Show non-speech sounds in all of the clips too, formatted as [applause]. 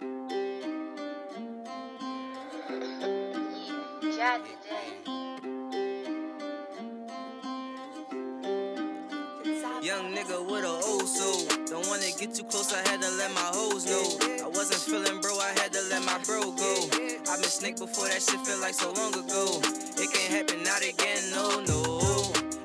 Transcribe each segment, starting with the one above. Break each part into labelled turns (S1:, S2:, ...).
S1: Uh,
S2: got today.
S3: Young nigga with a old soul. Don't wanna get too close, I had to let my hoes know. I wasn't feeling bro, I had to let my bro go. i been snake before that shit feel like so long ago. It can't happen not again, no, no.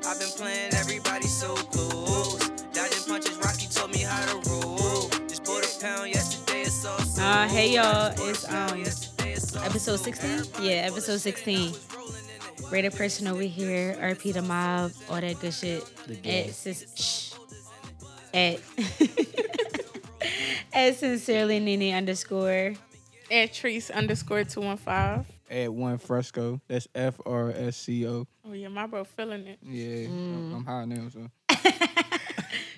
S3: I've been playing everybody so close. Dodging punches, Rocky told me how to roll. Just bought a pound yesterday, it's all so
S1: Uh, hey, y'all,
S3: Just bought a
S1: it's,
S3: pound
S1: um,
S3: yesterday, it's all
S1: Episode
S3: so
S1: 16?
S3: Everybody
S1: Yeah,
S3: bought a
S1: episode
S3: shit and I
S1: 16.
S3: was rolling in it.
S1: Raider Person over here, RP the Mob, all that good shit.
S4: The gang.
S1: At, sis- shh. at, [laughs] at sincerely Nene underscore.
S5: At Trees underscore two one five.
S4: Add one fresco. That's F R S C O.
S5: Oh yeah, my bro feeling it.
S4: Yeah, I'm, I'm high now. So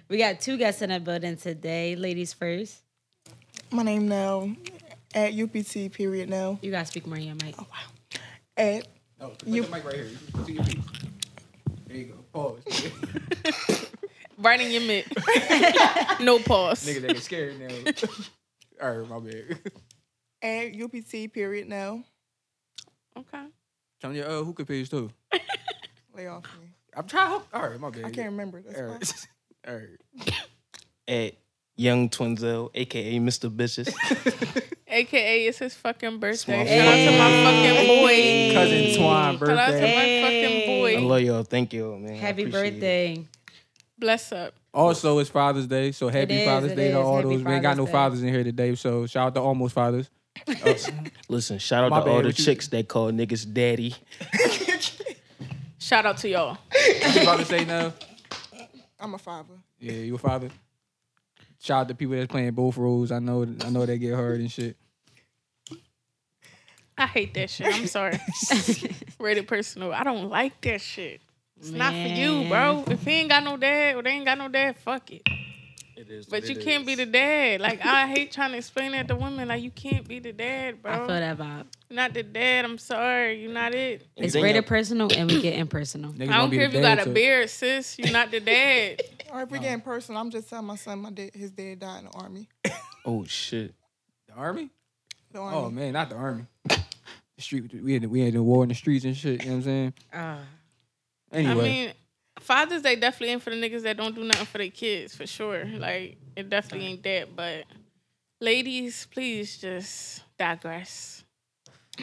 S1: We got two guests in the building today. Ladies first.
S6: My name now at UPT period now
S1: You gotta speak more in your mic.
S6: at
S4: oh, put
S6: You-
S4: the mic right here. You- to your feet. There you go. Pause. [laughs] Niggas
S5: Right in your mid. [laughs] no pause.
S4: that get scared now. All right, my bad.
S6: at UPT period now.
S5: Okay.
S4: [laughs] Tell me your uh, hookah page too.
S6: Lay off me.
S4: I'm trying. All right, my bad.
S6: I can't remember. That's
S4: All
S6: why.
S4: right. All right.
S7: at Young Twinzel, aka Mr. Bitches.
S5: AKA it's his fucking birthday.
S7: Small
S5: Shout out to my fucking boy.
S1: Hey.
S4: Cousin Twine
S5: Shout out to
S4: birthday.
S5: my
S1: Hey.
S5: fucking boy.
S1: [laughs]
S7: I love y'all. Thank y'all, man. I
S1: Happy
S7: appreciate it.
S1: birthday. [laughs]
S5: Bless up.
S4: Also, it's Father's Day, so happy
S1: is,
S4: Father's
S1: it
S4: Day
S1: is.
S4: to all
S1: Happy
S4: those. we ain't got no
S1: Father's Day.
S4: fathers in here today, so shout out to almost fathers.
S7: Listen, shout out
S4: My
S7: to
S4: bad,
S7: all the
S4: what you-
S7: chicks that call niggas daddy.
S5: Shout out to y'all.
S4: You about to say [laughs] no?
S6: I'm
S4: [laughs]
S6: a father.
S4: Yeah, you a father. Shout out to people that's playing both roles. I know, I know they get hurt and shit.
S5: I hate that shit. I'm sorry. Rated personal. I don't like that shit. It's not for you, bro. If he ain't got no dad or they ain't got no dad, fuck it.
S7: It is.
S5: But you can't be the dad. Like I hate trying to explain that to women. Like you can't be the dad, bro.
S1: I feel that vibe.
S5: You're not the dad. I'm sorry. You're not it.
S1: It's Raider Personal and we get impersonal.
S4: Niggas
S5: I
S4: gonna
S5: don't
S4: be
S5: care
S4: the
S5: if you
S4: dad
S5: got a
S4: to-
S5: beard, sis. You're not the
S4: [laughs]
S5: dad.
S6: Or if we get in person, I'm just telling my son my dad, his dad died in the army.
S7: Oh shit.
S4: The army?
S6: The
S4: Oh
S6: army.
S4: man, not the army. [laughs] The street. We had we had the war in the streets and shit. You know what I'm saying?
S5: I
S4: Anyway,
S5: mean, Father's Day definitely ain't for the niggas that don't do nothing for their kids, for sure. Like it definitely ain't that. But ladies, please just digress.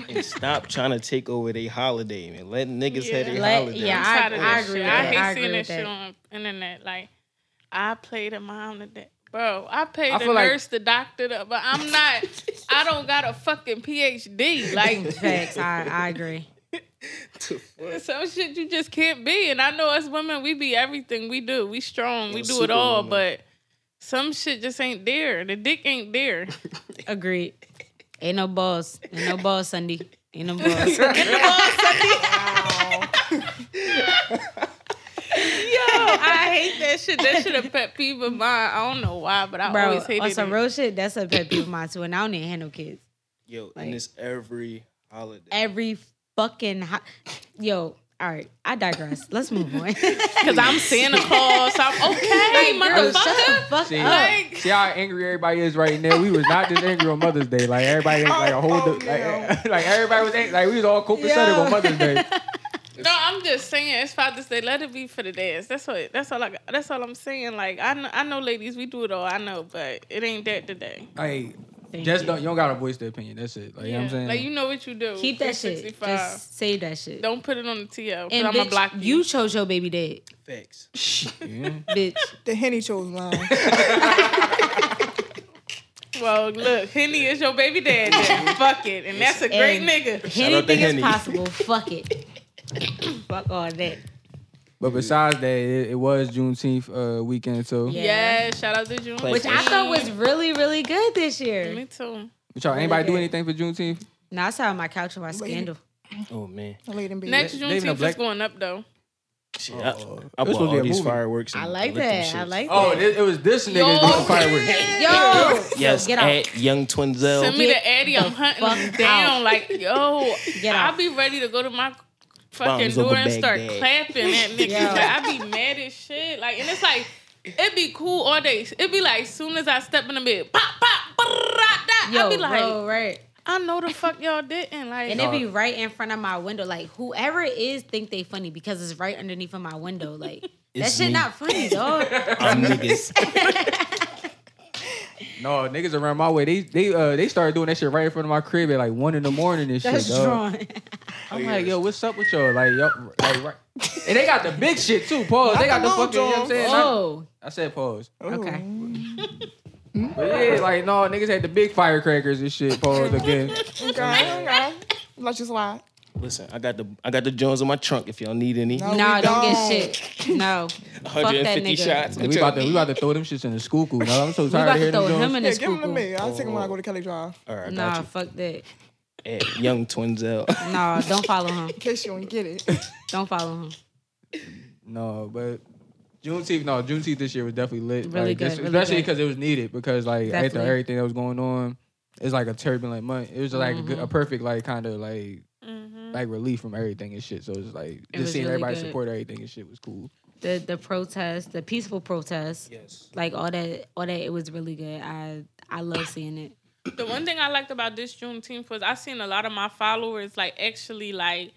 S7: And stop trying to take over their holiday, man. Let niggas
S5: Yeah.
S7: have their
S1: Let-
S7: holiday.
S1: yeah,
S5: I'm
S1: I-
S5: tired of that
S1: I agree
S5: shit.
S1: with
S5: I
S1: that.
S5: hate
S1: I agree
S5: seeing
S1: with
S5: that,
S1: that.
S5: shit on internet. Like I played a mom today. Bro, I paid
S4: I
S5: the
S4: feel like-
S5: nurse, the doctor, the, but I'm not. I don't got a fucking PhD. Like
S1: Facts. I, I agree.
S5: [laughs] some shit you just can't be. And I know us women, we be everything we do. We strong, we
S7: Yeah,
S5: do it all,
S7: superwoman.
S5: but some shit just ain't there. The dick
S1: [laughs]
S5: ain't there. [laughs]
S1: Agreed. Ain't no balls. Ain't no balls, Sunday. Ain't
S5: [laughs]
S1: no balls.
S5: Yo, Oh, I hate that shit. That shit a pet peeve of mine. I don't know why, but I
S1: Bro,
S5: always hated
S1: on some
S5: it.
S1: real shit, that's a pet peeve of mine too. And I don't even handle kids.
S7: Yo,
S1: Like-
S7: and it's every holiday.
S1: Every fucking ho- yo. All right, I digress. Let's move
S5: [laughs]
S1: on. [laughs]
S5: Because I'm Santa Claus. So I'm okay,
S1: Girl, shut
S5: motherfucker.
S1: the fuck
S4: see,
S1: up.
S5: Like-
S4: see how angry everybody is right now. We was not this angry on Mother's Day. Like everybody, like a whole,
S6: Oh,
S4: like, [laughs] like everybody was angry. like we was all copacetic on Mother's Day.
S5: No, I'm just saying it's Father's Day. Let it be for the dads. That's what. That's all. I. got- That's all I'm saying. Like I know, I know, ladies, we do it all. I know, but it ain't that today.
S4: Like
S1: Thank
S4: just
S1: you.
S4: don't you don't gotta voice the opinion. That's it. Like you know what I'm saying.
S5: Like you know what you do.
S1: Keep that shit.
S5: 365.
S1: Just save that shit.
S5: Don't put it on the TL.
S1: and
S5: I'm
S1: bitch,
S5: gonna block
S1: you.
S5: you.
S1: chose your baby dad,
S7: Facts.
S4: Yeah.
S7: [laughs]
S1: bitch.
S6: The henny chose
S4: [laughs]
S6: mine.
S5: Well, look, Henny is your baby
S1: [laughs]
S5: dad. Then. Fuck it, and that's a great
S1: And-
S5: nigga.
S7: out to
S1: Anything is
S7: Henny. [laughs]
S1: possible. Fuck it. fuck all that.
S4: But besides that, it, it was Juneteenth uh, weekend. So
S1: Yeah.
S5: Yeah, shout out to June.
S7: Play
S1: Which I thought was really, really good this
S5: Me
S1: year.
S5: too.
S4: But y'all, anybody do
S1: good.
S4: anything for Juneteenth?
S1: Now I saw on my couch with my scandal.
S7: Oh man.
S6: Late in bed.
S5: Next
S4: they even a
S5: Juneteenth
S4: black-
S5: is going up though.
S7: Shit, I,
S4: Oh.
S7: I
S4: This
S7: bought
S4: supposed to be a
S7: all these
S4: movie.
S7: fireworks. and
S1: I like
S7: lit them
S1: that. I
S7: shits.
S1: like
S4: Oh,
S1: that.
S4: it, it was this nigga doing fireworks. [laughs]
S1: Yo,
S7: Yes,
S1: So get out.
S7: at Young Twinzel.
S5: Send me
S1: Get
S5: the Addy. I'm
S1: fuck
S5: hunting them
S1: out.
S5: down. Like, yo,
S1: [laughs] Get out.
S5: I'll be ready to go to my fucking
S7: Bombs
S5: door
S7: over
S5: and start
S7: Baghdad.
S5: clapping
S1: [laughs]
S5: at niggas.
S1: Yo.
S5: Like, I be mad as shit. Like, and it's like, it'd be cool all day. It'd be like, soon as I step in the bed, pop, pop, brrrr, da,
S1: Yo,
S5: I'd be like,
S1: bro, right.
S5: I know the fuck y'all didn't. Like,
S1: And it be right in front of my window. Like whoever it is think they funny because it's right underneath of my [laughs] window. Like that
S7: It's
S1: shit
S7: me.
S1: not funny, dog.
S7: I'm
S1: [laughs]
S7: niggas.
S4: No, niggas around my way, they they uh they started doing that shit right in front of my crib at like one in the morning and shit.
S1: That's
S4: dog.
S1: drawn.
S4: I'm like, yo, what's up with y'all? Like, yo, like, right. and they got the big shit too. Pause. They got the fucking. You know what I'm saying?
S1: Oh,
S4: I, I said pause.
S1: [laughs] okay.
S4: But yeah, like no, niggas had the big firecrackers and shit.
S1: [laughs]
S4: Pause again.
S6: Okay, okay. Let you slide.
S7: Listen, I got the I got the Jones in my trunk. If y'all need any,
S6: No,
S1: No,
S6: we
S1: don't
S6: don't.
S1: get shit. No. Fuck that
S7: 150
S1: nigga.
S7: shots.
S4: we about to we about to throw them shits in the school school. I'm so
S1: We about
S4: tired
S1: to
S4: of hearing
S1: throw him
S4: them. Jones.
S1: in
S6: Yeah,
S1: the
S6: give them to
S1: school.
S6: me. I'll take them when I go to Kelly Drive.
S7: All right, I
S1: Nah,
S7: got
S1: fuck that.
S7: you. At Young Twinzel.
S1: No, don't follow him.
S6: In case you don't get
S4: [laughs]
S6: it.
S1: Don't follow him.
S4: No, but Juneteenth, no, Juneteenth this year was definitely lit.
S1: Really
S4: like,
S1: good,
S4: just-
S1: really
S4: especially
S1: good.
S4: because it was needed because like after
S1: Definitely.
S4: everything that was going on, it's like a turbulent month. It was like a
S1: Mm-hmm.
S4: good- a, perfect like kind of like like relief from everything and shit. So it's like
S1: was
S4: just seeing
S1: really
S4: everybody
S1: good.
S4: support everything and shit was cool.
S1: The the protest, the peaceful protest,
S7: Yes.
S1: like all that, all that. It was really good. I I love seeing it.
S5: The one thing I liked about this Juneteenth was I seen a lot of my followers like actually like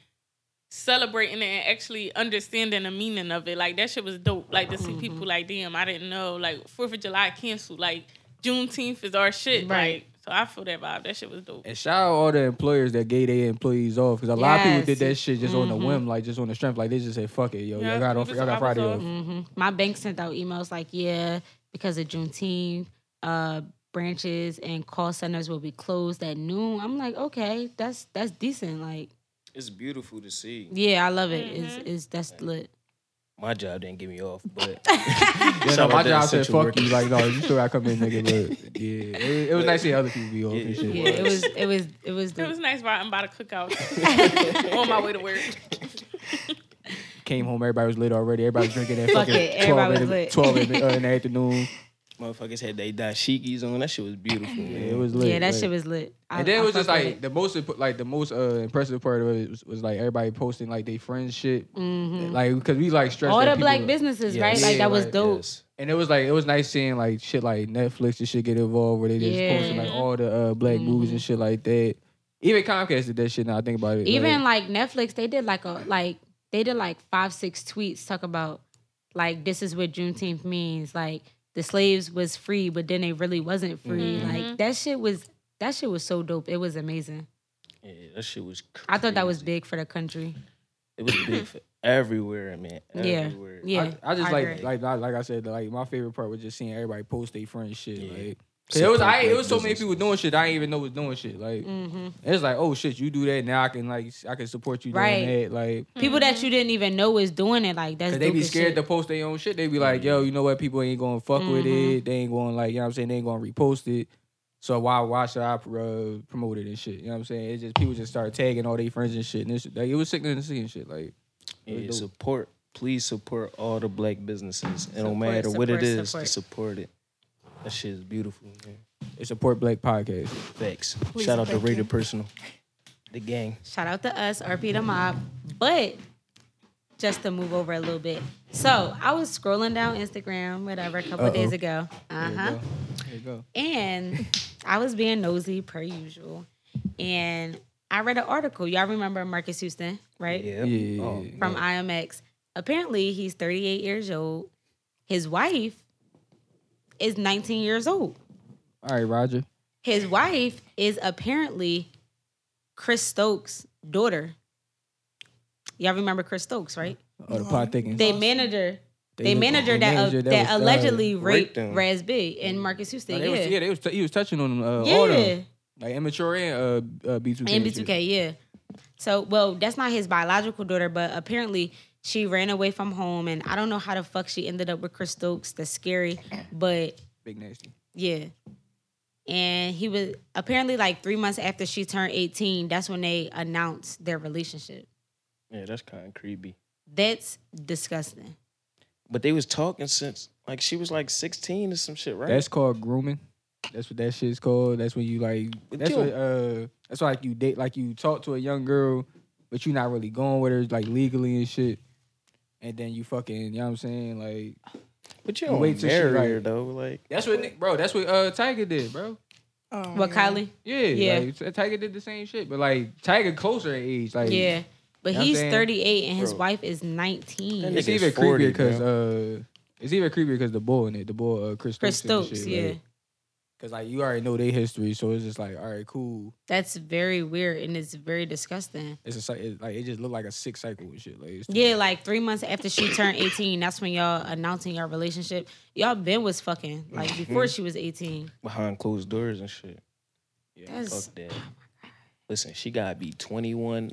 S5: celebrating it and actually understanding the meaning of it. Like that shit was dope. Like to see people like, damn, I didn't know. Like Fourth of July canceled. Like Juneteenth is our shit.
S1: Right.
S5: Like so I feel that vibe. That shit was dope.
S4: And shout out all the employers that gave their employees off because a lot of people
S1: Yes. Mm-hmm.
S4: did that shit just on the whim, like just on the strength. Like they just said, "Fuck it, yo,
S5: Yeah,
S4: y'all got
S5: we
S4: off,
S5: just
S4: y'all got
S5: off
S4: Friday
S5: us
S4: off."
S5: off.
S1: hmm My bank sent out emails like, yeah, because of Juneteenth, uh, branches and call centers will be closed at noon. I'm like, okay, that's that's decent. Like,
S2: It's beautiful to see.
S1: yeah, I love it.
S5: Mm-hmm.
S1: It's, it's that's lit.
S7: My job didn't give me off,
S1: [laughs]
S7: but
S4: Yeah,
S7: [laughs] Shout
S4: no,
S7: out
S4: my
S7: to
S4: job said,
S7: essential
S4: "Fuck
S7: workers.
S4: you," like no, you still got to come in, nigga. But yeah, it, it was nice seeing other people be off and shit.
S1: Yeah, it was it was it was.
S5: It was
S1: The,
S5: nice riding by the cookout [laughs] on my way to work.
S4: came home, everybody was lit already. Everybody was drinking
S1: [laughs]
S4: that
S1: Fuck
S4: fucking
S1: it,
S4: 12,
S1: everybody
S4: in
S1: was
S4: the,
S1: lit.
S4: 12 in, the, uh,
S1: [laughs]
S4: in the afternoon.
S7: motherfuckers had they dashikis on. That shit was beautiful.
S4: Yeah,
S7: man.
S4: it was lit.
S1: yeah, that
S4: like-
S1: shit was lit. I-
S4: And then
S1: I
S4: it was just
S1: fuck with
S4: like
S1: it.
S4: the most imp- like the most uh, impressive part of it was, was like everybody posting like they friends shit, like because we like stressed
S1: Mm-hmm. Mm. all
S4: that
S1: the
S4: people-
S1: black businesses,
S7: Yes.
S1: right? Like
S4: Yeah,
S1: that was
S4: like,
S1: dope.
S7: Yes.
S4: And it was like it was nice seeing like shit like Netflix and shit get involved where they just
S1: Yeah. Mm-hmm.
S4: posting like all the uh, black movies and shit like that. Even Comcast did that shit. Now I think about it.
S1: Even like Netflix, they did like a like they did like five six tweets talk about like this is what Juneteenth means. Like the slaves was free, but then they really wasn't free.
S4: Mm-hmm.
S1: Like that shit was that shit was so dope. It was amazing.
S7: Yeah, that shit was.
S1: I thought that was
S7: crazy.
S1: big for the country.
S7: It was big for everywhere, man.
S1: Yeah,
S7: Everywhere.
S1: yeah.
S4: I, I just
S1: agree.
S4: like like like like I said like my favorite part was just seeing everybody post their friend shit like. 'cause it was I it was so many people doing shit I didn't even know was doing shit like
S1: Mm. Mm-hmm.
S4: it's like oh shit you do that now I can like I can support you doing
S1: Right.
S4: that like
S1: people that you didn't even know was doing it. Like that's
S4: cause they
S1: dope
S4: be
S1: as
S4: scared
S1: shit.
S4: to post their own shit they be like yo you know what people ain't gonna fuck with
S1: Mm-hmm.
S4: it they ain't going to like you know what I'm saying they ain't gonna repost it so why why should I uh, promote it and shit you know what I'm saying it's just people just start tagging all their friends and shit and it's, like it was sickening to see and shit like
S7: Yeah,
S4: dope.
S7: support. Please support all the black businesses. It don't
S1: Support,
S7: matter what it
S1: support,
S7: is
S1: support.
S7: to support it. That shit is beautiful. Man.
S4: it's a Port Black podcast
S7: Facts. Shout out to
S6: thank
S7: Raider
S6: you.
S7: Personal, the gang.
S1: Shout out to us, RP the Mob. But just to move over a little bit. So I was scrolling down Instagram, whatever, a couple of days
S4: Uh-oh.
S1: ago. Uh huh.
S4: there you go
S1: And I was being nosy per usual. And I read an article. Y'all remember Marcus Houston, right?
S7: Yeah.
S4: Yeah.
S7: Oh,
S1: From IMX. Apparently, he's 38 years old. His wife is 19 years old.
S4: all right Roger.
S1: His wife is apparently Chris Stokes' daughter. Y'all remember Chris Stokes, right?
S4: Oh, the pot thickens.
S1: They manager. They
S4: ma-
S1: manager
S4: they
S1: that, uh,
S4: manager
S1: that,
S4: that was, uh,
S1: allegedly
S7: raped
S1: raped,
S7: them.
S1: Raz B and Marcus Houston.
S4: No, they
S1: yeah.
S4: was, yeah, they was t- he was touching on them, uh, all
S1: yeah.
S4: them, like immature and uh, uh, B two K.
S1: And B2K, yeah. So, well, that's not his biological daughter, but apparently she ran away from home, and I don't know how the fuck she ended up with Chris Stokes. That's scary, but
S4: big nasty.
S1: yeah. And he was apparently like three months after she turned 18, that's when they announced their relationship.
S7: Yeah, that's kind of creepy.
S1: That's disgusting.
S7: But they was talking since like she was like 16 or some shit, right?
S4: That's called grooming. That's what that shit's called. That's when you like.
S7: But
S4: That's
S7: yo-
S4: what. Uh, that's why like you date, like you talk to a young girl, but you not really going with her, like legally and shit. And then you fucking, you know what I'm saying? Like
S7: but you
S4: You
S7: don't
S4: wait
S7: wait
S4: till she
S7: marry
S4: like-
S7: her though. Like
S4: that's what, Nick- bro. That's what uh Tiger did, bro.
S6: Oh,
S1: What Kylie?
S4: Yeah,
S1: Yeah.
S4: Like, Tiger did the same shit, but like Tiger closer in age. Like,
S1: Yeah. But
S4: You know what I'm
S1: he's
S4: saying?
S1: 38 and his
S2: Bro.
S1: wife is 19.
S4: it's
S7: Nigga's
S4: even
S7: 40,
S4: creepier because uh, it's even creepier because the boy in it, the boy uh, Chris,
S1: Chris
S4: Stokes,
S1: Stokes, yeah.
S4: Because like you already know their history, so it's just like, all right, cool.
S1: That's very weird and it's very disgusting.
S4: It's a cy- it, like it just looked like a sick cycle and shit. Like, it's
S1: Yeah, like three months after she turned 18, that's when y'all announcing your relationship. Y'all been was fucking like before she was 18.
S7: behind closed doors and shit.
S1: That's
S7: Fuck that. Listen, she gotta be 21.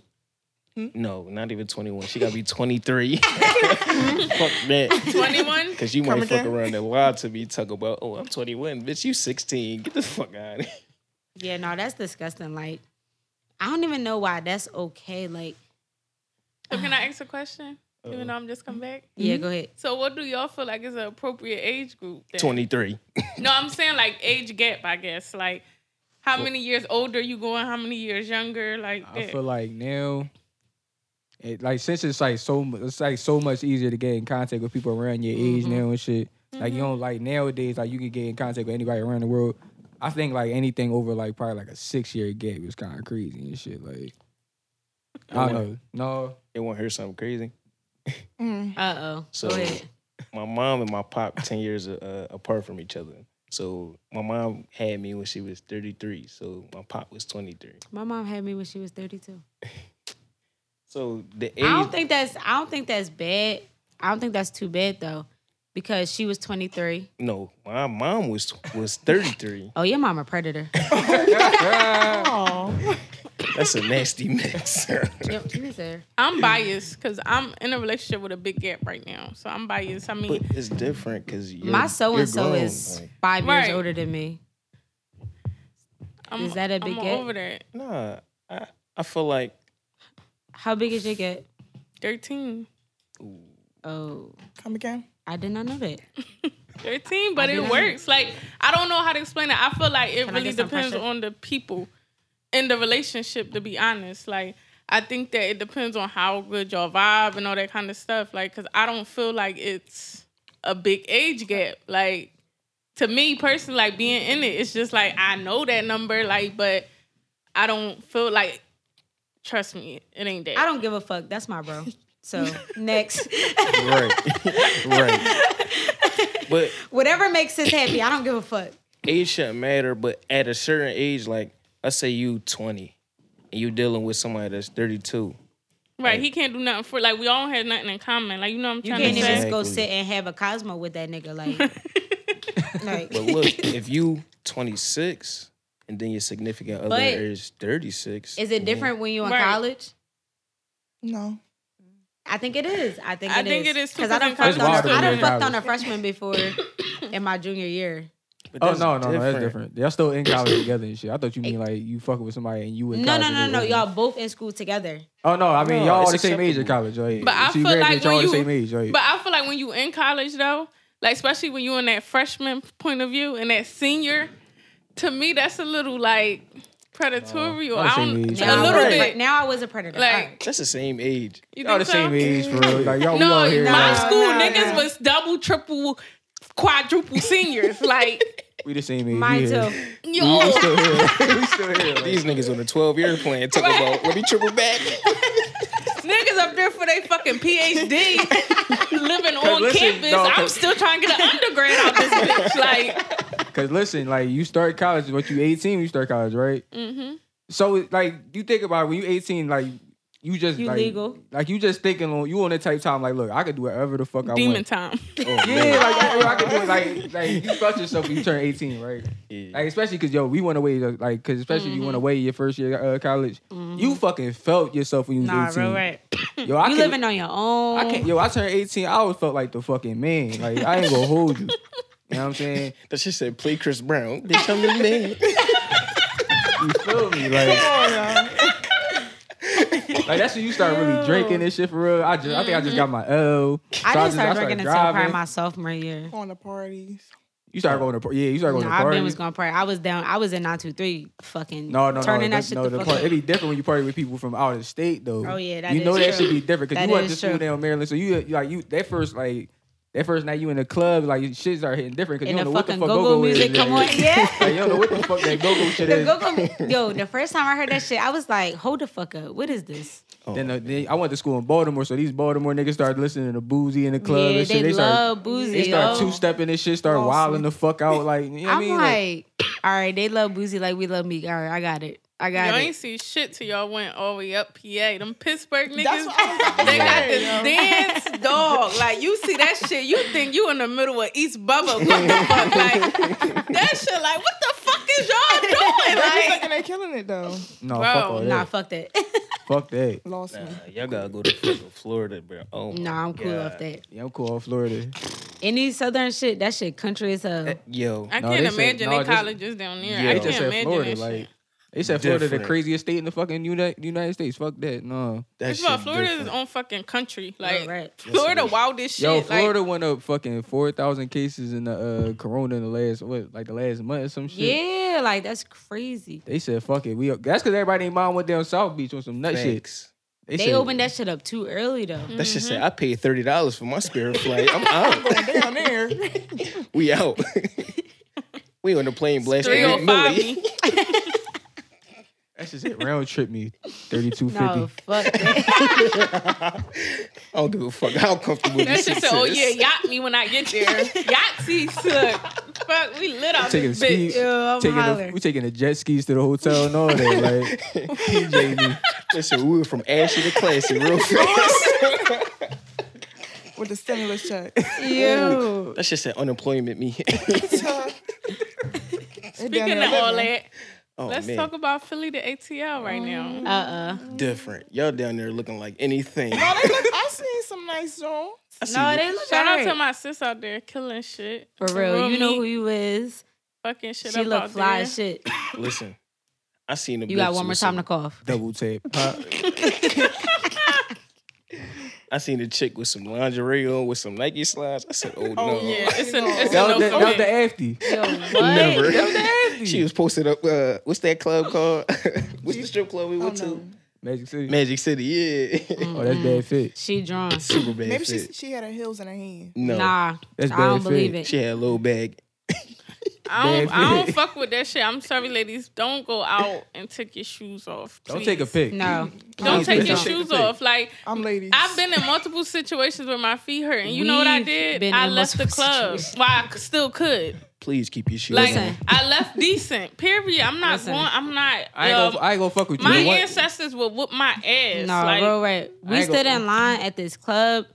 S6: Hmm?
S7: No, not even 21. She gotta
S6: [laughs]
S7: be 23. Fuck that.
S5: Twenty [laughs] one.
S7: Cause you might
S6: Come
S7: fuck
S6: again?
S7: around that wild to be talking about, oh, I'm 21. Bitch, you 16. Get the fuck out of here.
S1: yeah, no, that's disgusting. Like, I don't even know why that's okay. Like,
S5: So can I ask a question? Even though I'm just come back.
S1: yeah, go ahead.
S5: So what do y'all feel like is an appropriate age group? then?
S7: 23.
S5: No, I'm saying like age gap. I guess like how many years older you going? How many years younger? Like
S4: I
S5: that.
S4: feel like now, it like since it's like so mu- it's like so much easier to get in contact with people around your age
S1: Mm-hmm.
S4: now and shit. Like you don't like nowadays, like you can get in contact with anybody around the world. I think like anything over like probably like a six year gap is kind of crazy and shit. Like I don't know, no,
S7: They wanna hear something crazy.
S1: Uh oh.
S7: So-
S1: go ahead.
S7: my mom and my pop 10 years uh, apart from each other. So my mom had me when she was 33. So my pop was 23.
S1: My mom had me when she was 32.
S7: So the
S1: I don't
S7: age,
S1: think that's I don't think that's bad. I don't think that's too bad though. Because she was 23.
S7: no, my mom was was 33.
S1: Oh, your mom a
S7: [laughs]
S1: predator.
S7: That's a nasty mix. [laughs]
S1: Yep, she was there.
S5: I'm biased because I'm in a relationship with a big gap right now. So I'm biased. I
S7: but
S5: mean,
S7: it's different because
S1: My so and so is five
S5: Right.
S1: years older than me.
S5: I'm,
S1: Is that a big
S5: I'm
S1: gap?
S5: over that.
S7: nah. I I feel like
S1: How big is your gap?
S5: 13.
S1: Oh,
S6: Come again?
S1: I did not know that.
S5: 13, but it works. Like, I don't know how to explain it. I feel like it
S1: Can I
S5: really
S1: get some
S5: depends
S1: pressure?
S5: on the people in the relationship, to be honest. Like, I think that it depends on how good y'all vibe and all that kind of stuff. Like, because I don't feel like it's a big age gap. Like, to me personally, like being in it, it's just like I know that number, like, but I don't feel like, trust me, it ain't that.
S1: I don't give a fuck. That's my bro. So [laughs] next,
S7: right, right. But
S1: whatever makes us happy, I don't give a fuck.
S7: age shouldn't matter, but at a certain age, like I say, you 20, and you dealing with somebody that's 32.
S5: Right, he can't do nothing for like we all had nothing in common. Like you know what I'm
S1: You
S5: trying
S1: can't
S5: to
S1: even
S5: say.
S1: just go
S7: Exactly.
S1: sit and have a Cosmo with that nigga.
S4: [laughs]
S1: Like,
S5: [laughs]
S1: like
S7: But look, if you 26 and then your significant other
S1: But-
S7: is 36,
S1: is it different when you in
S5: Right.
S1: college?
S6: No.
S1: I think it is. I think
S5: I
S1: it is.
S5: think it is, too,
S1: because I
S5: 'cause in
S1: done fucked on
S4: college it's
S1: a, I done
S4: different.
S1: fucked on a freshman before in my junior year.
S7: But
S4: oh
S7: that's
S4: no, no, no, that's different. Y'all still in college together and shit. I thought you mean like you fucking with somebody and you in
S1: No, no,
S4: college
S1: no,
S4: and
S1: no.
S4: they-
S1: Y'all both in school together.
S4: Oh no, I mean
S7: No,
S4: y'all all
S7: it's
S4: the same age in
S7: acceptable.
S4: college, right?
S5: But I
S4: So you
S5: feel like
S4: graduate, y'all
S5: when
S4: all the
S5: you-
S4: same age, right?
S5: But I feel like when you in college though, like especially when you in that freshman point of view and that senior, to me that's a little like predatory or
S4: not
S5: I
S4: same
S5: don't,
S4: age.
S5: a
S1: Now, I
S5: little
S1: was pre-
S5: bit.
S1: now I was a predator.
S5: Like,
S1: All right.
S7: That's the same age.
S5: You
S4: Y'all the
S5: think so?
S4: same age, bro. Like y'all, we
S5: No,
S4: all
S5: in
S4: here.
S5: my
S4: like,
S5: school
S6: No, no,
S5: niggas
S6: no.
S5: was double, triple, quadruple seniors.
S4: [laughs]
S5: like
S4: we the same age.
S1: mine
S4: we here.
S1: too.
S5: yo,
S4: Still here. [laughs] we still here. Like,
S7: These niggas on a 12 year plan talking about, let me triple back.
S5: niggas up there for their fucking
S4: [laughs]
S5: PhD, living on
S4: listen,
S5: campus.
S4: no,
S5: I'm
S4: 'cause-
S5: still trying to get an undergrad out
S4: [laughs]
S5: this bitch. Like.
S4: Cause listen, like you start college, what you eighteen, when you start college, right? Mm-hmm. So like you think about it, when you eighteen, like you just
S1: You
S4: like,
S1: legal.
S4: like you just thinking on you on that type time. Like, look, I could do whatever the fuck I
S5: Demon
S4: want.
S5: time.
S4: Yeah, like I, I could do it. Like, like you felt yourself when you turn eighteen, right?
S7: Yeah.
S4: Like especially because yo, we went away. Like because especially if you
S1: Mm-hmm.
S4: went away your first year uh, college, you fucking felt yourself when you was
S1: Nah,
S4: eighteen.
S1: real right.
S4: [coughs] Yo, I
S1: You
S4: can,
S1: living on your own.
S4: I can't. Yo, I turned eighteen. I always felt like the fucking man. Like I ain't gonna hold you. You know what I'm saying?
S7: That shit said, play Chris Brown. Bitch, I'm the
S5: [laughs]
S7: man.
S4: You feel me? Like,
S6: Oh, yeah.
S5: [laughs]
S4: like that's when you start really drinking and shit for real. I just, I think I just got my L.
S1: Mm-hmm.
S4: So
S1: I didn't start
S4: started
S1: drinking until
S4: driving.
S1: probably my sophomore year.
S6: Going to parties.
S4: You start going to par- yeah, you start going
S1: No,
S4: to
S1: I've
S4: party.
S1: been was going to party. I was down. I was in nine two three fucking
S4: no, no,
S1: turning
S4: no,
S1: that shit
S4: no.
S1: the,
S4: the
S1: fuck
S4: part,
S1: up.
S4: it'd be different when you party with people from out of state though.
S1: Oh, yeah, that
S4: you
S1: is
S4: know that
S1: true.
S4: should be different because
S1: That
S4: you went to
S1: is
S4: school
S1: true.
S4: down in Maryland, so you you like you that first like That first night you in the club, like your shit start hitting different because you
S1: and the
S4: don't know what the
S1: fucking
S4: fuck
S1: go go music
S4: is.
S1: come on, yeah.
S4: [laughs] Like, you don't know what the fuck that go go [laughs] shit
S1: The
S4: is.
S1: go-go, yo, the first time I heard that shit, I was like, "Hold the fuck up! What is this?"
S4: Then, the, then I went to school in Baltimore, so these Baltimore niggas started listening to boozy in the club
S1: yeah,
S4: and shit.
S1: they,
S4: start
S1: love boozy. oh.
S4: they
S1: yo.
S4: start two stepping and shit, start wilding the fuck out. Like you know what I
S1: I'm
S4: mean,
S1: like, all right, they love boozy like we love Meek. All right, I got it. I got
S5: Y'all
S1: it.
S5: ain't see shit till y'all went all the way up PA. Them Pittsburgh
S6: That's
S5: niggas,
S6: what I was about to
S5: they got
S6: say,
S5: this
S6: yo.
S5: dance dog. Like you see that shit, you think you in the middle of East Bubba. What the
S4: [laughs]
S5: fuck? Like that shit. Like what the fuck is y'all doing?
S6: They
S5: Like
S6: fucking they killing it though.
S4: no,
S5: bro,
S4: fuck all
S1: Nah,
S4: that.
S1: fuck that. [laughs]
S4: Fuck that.
S6: Lost me.
S7: Nah, y'all gotta go to fucking Florida, bro. Oh, my
S1: nah, I'm cool
S7: God.
S1: off that.
S4: Yeah, I'm cool off Florida.
S1: Any southern shit, that shit country as hell.
S7: Yo,
S5: I
S4: No,
S5: can't
S4: they said-
S5: imagine
S4: no,
S5: they
S4: just-
S5: colleges down there.
S7: Yeah.
S5: I
S4: They
S7: Yo.
S5: can't
S4: just said
S5: imagine
S4: Florida,
S5: that
S4: like
S5: shit.
S4: they said Florida the
S7: Different.
S4: craziest state in the fucking Uni- United States. Fuck that. No.
S7: that
S5: First
S7: shit
S5: of all, Florida
S7: different.
S5: is on fucking country. Like
S1: right.
S5: Florida, wildest shit.
S4: Yo,
S5: like,
S4: Florida went up fucking four thousand cases in the uh, corona in the last what like the last month or some shit.
S1: Yeah, like that's crazy.
S4: They said fuck it. We that's because everybody in mom went down South Beach on some nut shit.
S7: Thanks.
S1: They
S4: said-
S1: opened that shit up too early though.
S4: Mm-hmm.
S7: That shit
S5: Mm-hmm.
S7: said I paid thirty dollars for my spirit flight. I'm out.
S5: [laughs]
S6: Down there.
S7: we out. [laughs] we on the plane blasting.
S5: three
S7: Rick
S5: or five.
S7: Millie.
S4: That shit said round trip me thirty two fifty.
S1: No, fuck
S4: [laughs]
S1: that.
S7: [laughs] I don't give a fuck how comfortable
S5: That
S7: this
S5: shit
S7: shit
S5: said, "Oh
S7: is.
S5: yeah, yacht me when I get
S4: [laughs]
S5: there. Yachty took. Fuck, we lit off
S4: Taking
S5: this
S4: the
S5: bitch.
S4: ski-
S1: Yo, I'm
S4: taking the,
S1: hollering.
S4: we taking the jet skis to the hotel and all that. Like [laughs] PJ me.
S7: Listen, we were from Ashley to Classy real fast.
S6: With the stimulus check.
S1: [laughs] Yo.
S7: that shit said unemployment me. [laughs]
S5: Speaking of all that,
S7: oh
S5: let's
S7: man,
S5: talk about Philly to ATL right now.
S1: Uh uh
S7: different. Y'all down there looking like anything.
S6: Oh, they look, I seen some nice songs.
S1: No, they look
S5: Shout out to
S1: alright.
S5: my sis out there killing shit.
S1: For real, you know who
S5: me
S1: you is.
S5: fucking shit
S1: She
S5: up
S1: look
S5: out
S1: fly
S5: there.
S1: as shit.
S7: Listen, I seen a
S1: You
S7: bitch
S1: got one more
S7: with
S1: time
S7: some-
S1: to cough.
S4: Double tap. Pop.
S7: I seen a chick with some lingerie on with some Nike slides. I said, oh, no.
S5: Yeah, it's a it's
S4: That
S5: a no
S4: was, the, that was the
S5: comment.
S1: [laughs]
S4: afty.
S1: Yo, what?
S7: [laughs] Never.
S4: That was the
S7: [laughs] She
S4: afty.
S7: was posted up. Uh, what's that club called? [laughs] what's the strip club we went
S6: no.
S7: to?
S4: Magic City.
S7: Magic City. Yeah,
S4: Oh, that's bad fit.
S1: She drawn.
S7: [laughs] super bad
S6: Maybe she
S7: fit.
S6: she had her heels in her hand.
S7: no,
S1: Nah,
S4: That's
S1: I
S4: bad
S1: don't
S4: fit.
S1: believe it.
S7: she had a little bag.
S5: I don't,
S4: Bad
S5: I don't
S4: bitch.
S5: fuck with that shit. I'm sorry, ladies. Don't go out and take your shoes off.
S4: Don't
S5: please.
S4: take a pic.
S1: No,
S5: Don't
S4: Please,
S5: take
S4: please
S5: your
S4: don't take a
S5: shoes
S4: pic.
S5: off. Like
S6: I'm ladies.
S5: I've
S6: [laughs]
S5: been in multiple situations where my feet hurt, and you know what I
S1: We've
S5: did?
S1: been
S5: I
S1: in
S5: left the
S1: multiple
S5: club.
S1: situations.
S5: Well, I c- still could.
S7: Please keep your shoes.
S5: Like
S7: on.
S1: Listen.
S5: I left decent. Period. I'm not
S1: Listen.
S5: going. I'm not.
S4: I ain't,
S5: uh,
S4: gonna, I ain't gonna fuck with you.
S5: my
S4: You want-
S5: ancestors would whoop my ass.
S1: no,
S5: like,
S1: real right. We
S4: ain't
S1: stood
S4: gonna-
S1: in line at this club.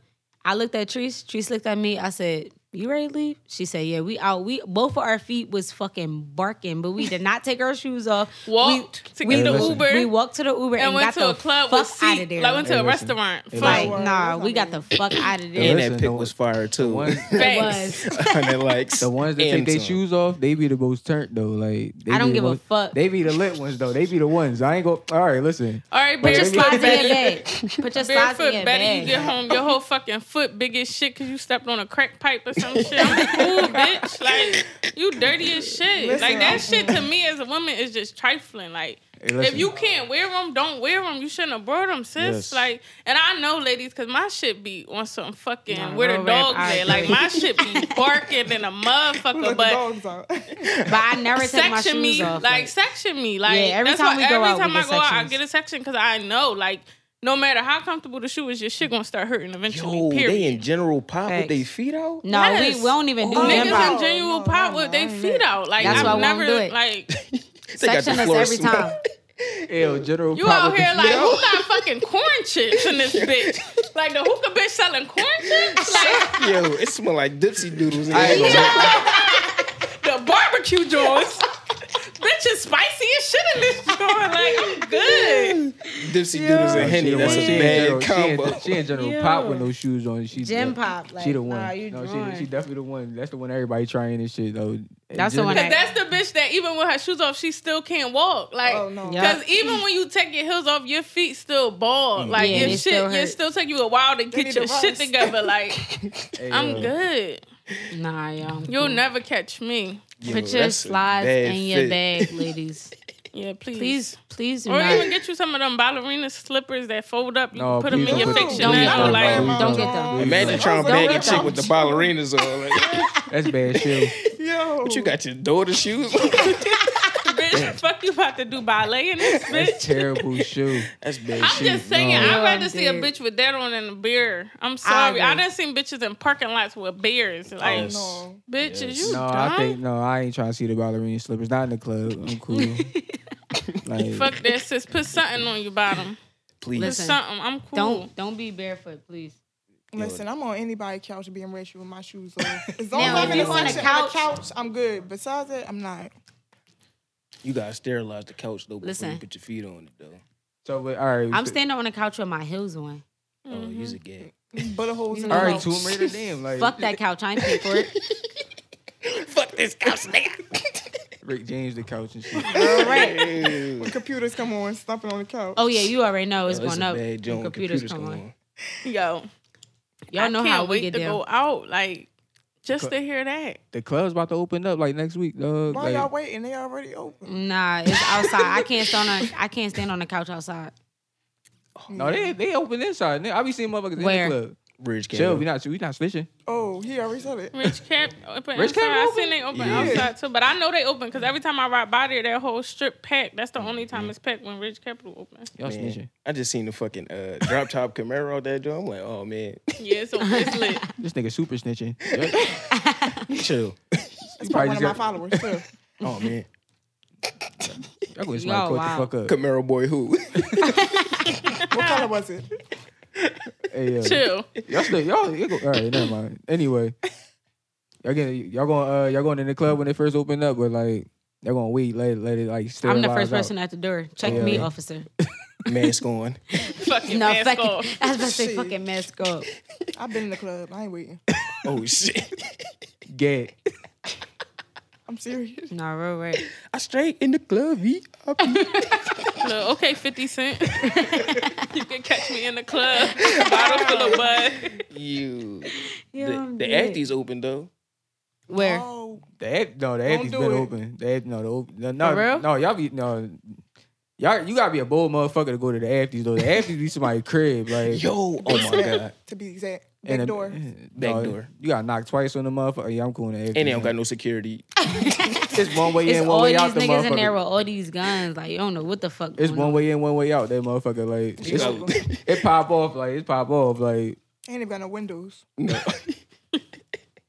S1: I looked at Trees. Trees looked at me. I said, "You ready to leave?" She said, "Yeah, we out." We both of our feet was fucking barking, but we did not take our shoes off.
S5: Walked to
S1: we,
S5: get the
S4: Hey, listen.
S5: Uber
S1: We walked to the Uber and,
S5: and went
S1: got
S5: to
S1: the
S5: a club
S1: fuck
S5: with
S1: out of
S5: seat.
S1: there.
S5: Like went to
S4: Hey,
S5: a
S4: listen.
S5: restaurant.
S4: Hey,
S5: Fuck.
S1: Like,
S4: listen.
S1: nah, we got the fuck out of
S7: And
S1: there.
S4: Listen,
S7: that pic
S4: the-
S7: was fire
S4: The
S7: too.
S4: ones,
S1: It
S5: Facts.
S1: was.
S7: [laughs] Hundred likes.
S4: the ones that
S7: And
S4: take their
S7: some.
S4: shoes off, they be the most turned though. Like they
S1: I don't
S4: be the
S1: give a
S4: most-
S1: fuck.
S4: They be the lit ones though. They be the ones. I ain't go. All right, listen.
S5: All right,
S4: But
S5: bare
S4: let me-
S5: slides
S1: Slides in your
S5: better.
S1: bag. Put your slides in
S5: Barefoot
S1: your
S5: better. You
S1: bag.
S5: get home, your whole fucking foot big as shit because you stepped on a crack pipe or some shit. I'm
S1: [laughs]
S5: cool, bitch. Like you dirty as shit. like that shit to me as a woman is just trifling. Like.
S4: Hey,
S5: If
S4: listen.
S5: you can't wear them, don't wear them. You shouldn't have brought them, sis.
S7: Yes.
S5: Like, and I know, ladies, because my shit be on some fucking
S1: Nah,
S5: where the
S1: real rap,
S5: dogs
S1: I
S5: at. Like,
S1: agree.
S5: my shit be barking than a motherfucker.
S6: Let
S5: But
S6: the
S1: [laughs]
S6: dogs out.
S1: But I never take my
S5: section
S1: shoes
S5: me,
S1: off.
S5: like, section me, like
S1: Yeah, every
S5: that's
S1: time
S5: why
S1: we go
S5: every
S1: out, we
S5: time I
S1: get
S5: go out, I
S1: sections.
S5: get a section because I know, like, no matter how comfortable the shoe is, your shit gonna start hurting eventually.
S7: Yo,
S5: period.
S7: they in general pop with
S1: Facts.
S7: their feet out.
S1: no,
S5: Yes.
S1: we, we don't even do
S6: Oh,
S1: them.
S5: Niggas
S6: no,
S5: in
S1: Like,
S5: general
S6: no,
S5: pop
S6: no,
S5: with their
S6: I ain't
S5: feet
S6: that.
S5: out. Like
S1: That's why
S5: I've
S1: we don't
S5: never
S1: do it. [laughs]
S5: like
S7: They got the
S1: section us
S7: floor
S1: every
S7: smart.
S1: time.
S4: Ew, general.
S5: you
S4: pop
S5: out
S4: with the
S5: here like
S4: feet
S5: who
S4: out.
S5: got fucking corn chips in
S7: [laughs]
S5: this bitch? Like the hookah bitch selling corn chips? Like
S7: [laughs] Yo, it smell like dipsy doodles. In
S4: I
S7: there.
S4: ain't gonna.
S5: the barbecue joints. Bitch is spicy as shit in this joint. Like I'm
S7: [laughs]
S5: good.
S7: Dipsy doodles and henny.
S4: She
S7: That's
S4: the one-
S7: a
S4: she in general-
S7: bad
S4: she in-
S7: combo.
S4: She in general pop with no shoes on. She
S1: Gym
S4: the-
S1: pop, like,
S4: she the one.
S1: nah, you
S4: no,
S1: drawing.
S4: she, she definitely the one. That's the one everybody trying and shit though.
S1: That's the one
S5: Cause that's the bitch that even with her shoes off, she still can't walk. Like
S6: Oh no.
S1: Yeah.
S5: Because even when you take your heels off, your feet still bald. Like
S1: Yeah,
S5: your
S1: they
S5: shit,
S1: still
S5: it
S1: hurt.
S5: still take you a while to
S6: need
S5: get
S6: to
S5: your shit
S6: rest.
S5: together.
S1: [laughs]
S5: Like I'm good.
S1: Nah, y'all. Mm.
S5: You'll never catch me.
S7: Yo,
S1: Put your
S7: that's a
S1: slides
S7: bad
S1: in your
S7: [laughs] fit.
S1: bag, ladies.
S5: Yeah, please.
S1: Please, please do
S5: Or
S1: not.
S5: even get you some of them ballerina slippers that fold up. You can
S4: No,
S5: put them
S4: please
S5: in your
S4: don't put-
S5: fiction.
S1: don't
S5: and
S1: get
S5: go
S1: them.
S5: like,
S4: Please
S1: Don't get them.
S4: Please
S7: Imagine
S4: don't.
S7: trying to
S1: Don't
S7: bag
S1: get
S7: a chick
S1: them.
S7: with the ballerinas on.
S1: [laughs]
S7: Like, [laughs]
S4: That's bad shit.
S6: Yo.
S7: but you got your daughter's
S5: [laughs]
S7: shoes. [laughs]
S5: bitch, fuck you about to do ballet in this
S4: That's
S5: bitch.
S4: terrible shoe.
S7: That's bad
S5: I'm just saying,
S4: no.
S5: I'd rather see a
S1: dude.
S5: bitch with that on than a beer. I'm sorry. I,
S1: agree.
S5: done seen bitches in parking lots with bears. Like,
S7: Yes.
S6: No.
S5: bitch, is
S1: [laughs]
S5: you
S4: No,
S5: dumb?
S4: I think no, I ain't trying to see the ballerina slippers. Not in the club.
S1: [laughs]
S4: I'm cool. like,
S5: Fuck that, sis. Put something on your bottom.
S7: Please.
S5: Put
S1: Listen.
S5: something. I'm cool.
S1: Don't don't be barefoot, please.
S6: Listen, I'm on anybody's couch being ratchet with my shoes on. As long
S1: Now,
S6: as I'm
S1: if
S6: in the
S1: you on a
S6: sunshine on the
S1: couch-
S6: couch, I'm good. Besides that, I'm not.
S7: You gotta sterilize the couch though before
S1: Listen.
S7: you put your feet on it though.
S4: So, but, all right.
S1: I'm standing on the couch with my heels on.
S7: Oh, use a
S1: Mm-hmm.
S7: gag.
S6: Buttholes in the
S4: All right,
S6: house.
S4: Tomb Raider. Damn,
S1: [laughs]
S4: like
S1: Fuck that couch. I ain't paying for it.
S7: Fuck this couch, nigga.
S4: Rick James the couch and shit.
S6: All
S7: [laughs]
S6: right. when computers come on, stomping on the couch.
S1: Oh yeah, you already know it's
S7: Oh, it's
S1: going
S7: a
S1: up.
S7: bad joint.
S1: when Computers, come on.
S5: Yo,
S1: Y'all know
S5: I can't
S1: how
S5: wait
S1: we get
S5: to
S1: down.
S5: go out. Like, just to hear that.
S4: The club's about to open up like next week, dog.
S6: Why
S4: Like,
S6: y'all waiting? They already open.
S1: Nah, it's outside. I can't stand on. I can't stand on the couch outside.
S4: no, they they open inside. nigga. I be seeing motherfuckers
S1: Where?
S4: in the club.
S7: Bridge
S4: Chill, we
S7: camera.
S4: not we not switching.
S6: Oh, he already said it.
S5: Rich kept open.
S4: Rich
S5: Rich
S4: kept
S5: I
S4: open?
S5: seen they open
S4: Yeah.
S5: outside too, but I know they open because every time I ride by there, that whole strip packed. That's the
S4: Mm-hmm.
S5: only time it's packed when Rich Capital open.
S4: Y'all
S7: Man,
S4: snitching.
S7: I just seen the fucking uh, drop top Camaro out that joint. I'm like, oh man,
S5: Yeah, so it's lit.
S4: This nigga super snitching.
S6: [laughs]
S7: chill.
S4: He's
S6: Probably one of my followers too.
S7: [laughs] Oh man,
S4: I'm going
S1: Yo, wow.
S4: the fuck up.
S7: Camaro boy who?
S6: what color was it?
S1: [laughs]
S4: Hey, yo.
S5: Chill.
S4: Y'all still y'all. y'all go, all right, never mind. Anyway, y'all getting y'all going uh y'all going in the club when they first open up, but like y'all gonna wait let let it like sterilize
S1: I'm the first
S4: out.
S1: person at the door. Check
S4: Yeah.
S1: me, officer.
S7: [laughs]
S1: [laughs]
S7: Mask on.
S5: [laughs] Fucking
S1: No,
S5: mask
S1: fucking.
S5: off.
S1: [laughs] I was about to say
S6: Shit.
S1: fucking mask up.
S6: I've been in the club. I ain't waiting.
S7: Oh shit.
S4: Get
S6: I'm serious.
S5: [coughs]
S1: Nah, real right.
S7: I straight in the club. V.
S5: Look, okay, 50 [laughs] Cent. you can catch me in the club. [laughs] Bottle full of bud.
S7: You.
S1: Yeah,
S7: the
S1: I'm
S7: the
S1: dead.
S7: Acty's open though.
S1: Where?
S6: Oh,
S4: the app. No, the app
S6: Don't
S4: has
S6: do
S4: been
S6: it.
S4: open. The app. No, the op- no, no,
S1: For real?
S4: no. Y'all be no. Y'all, you gotta be a bold motherfucker to go to the afties though. The afties be somebody's crib, like
S7: Yo. Oh my god.
S6: to be exact,
S4: and
S6: back
S4: a-
S6: door.
S4: no,
S7: Back door.
S4: You gotta knock twice on the motherfucker. Yeah, I'm cool in the afties.
S7: And they don't got no [laughs] security.
S4: It's one way
S1: It's
S4: in,
S1: all
S4: one way
S1: these
S4: out. The
S1: niggas in there
S4: motherfucker.
S1: with all these guns. Like you don't know what the fuck.
S4: It's
S1: going
S4: one
S1: on.
S4: way in, one way out. That motherfucker, like
S7: You
S4: it's,
S7: got,
S4: it pop off, like it pop off, like
S6: Ain't even got no windows.
S7: no.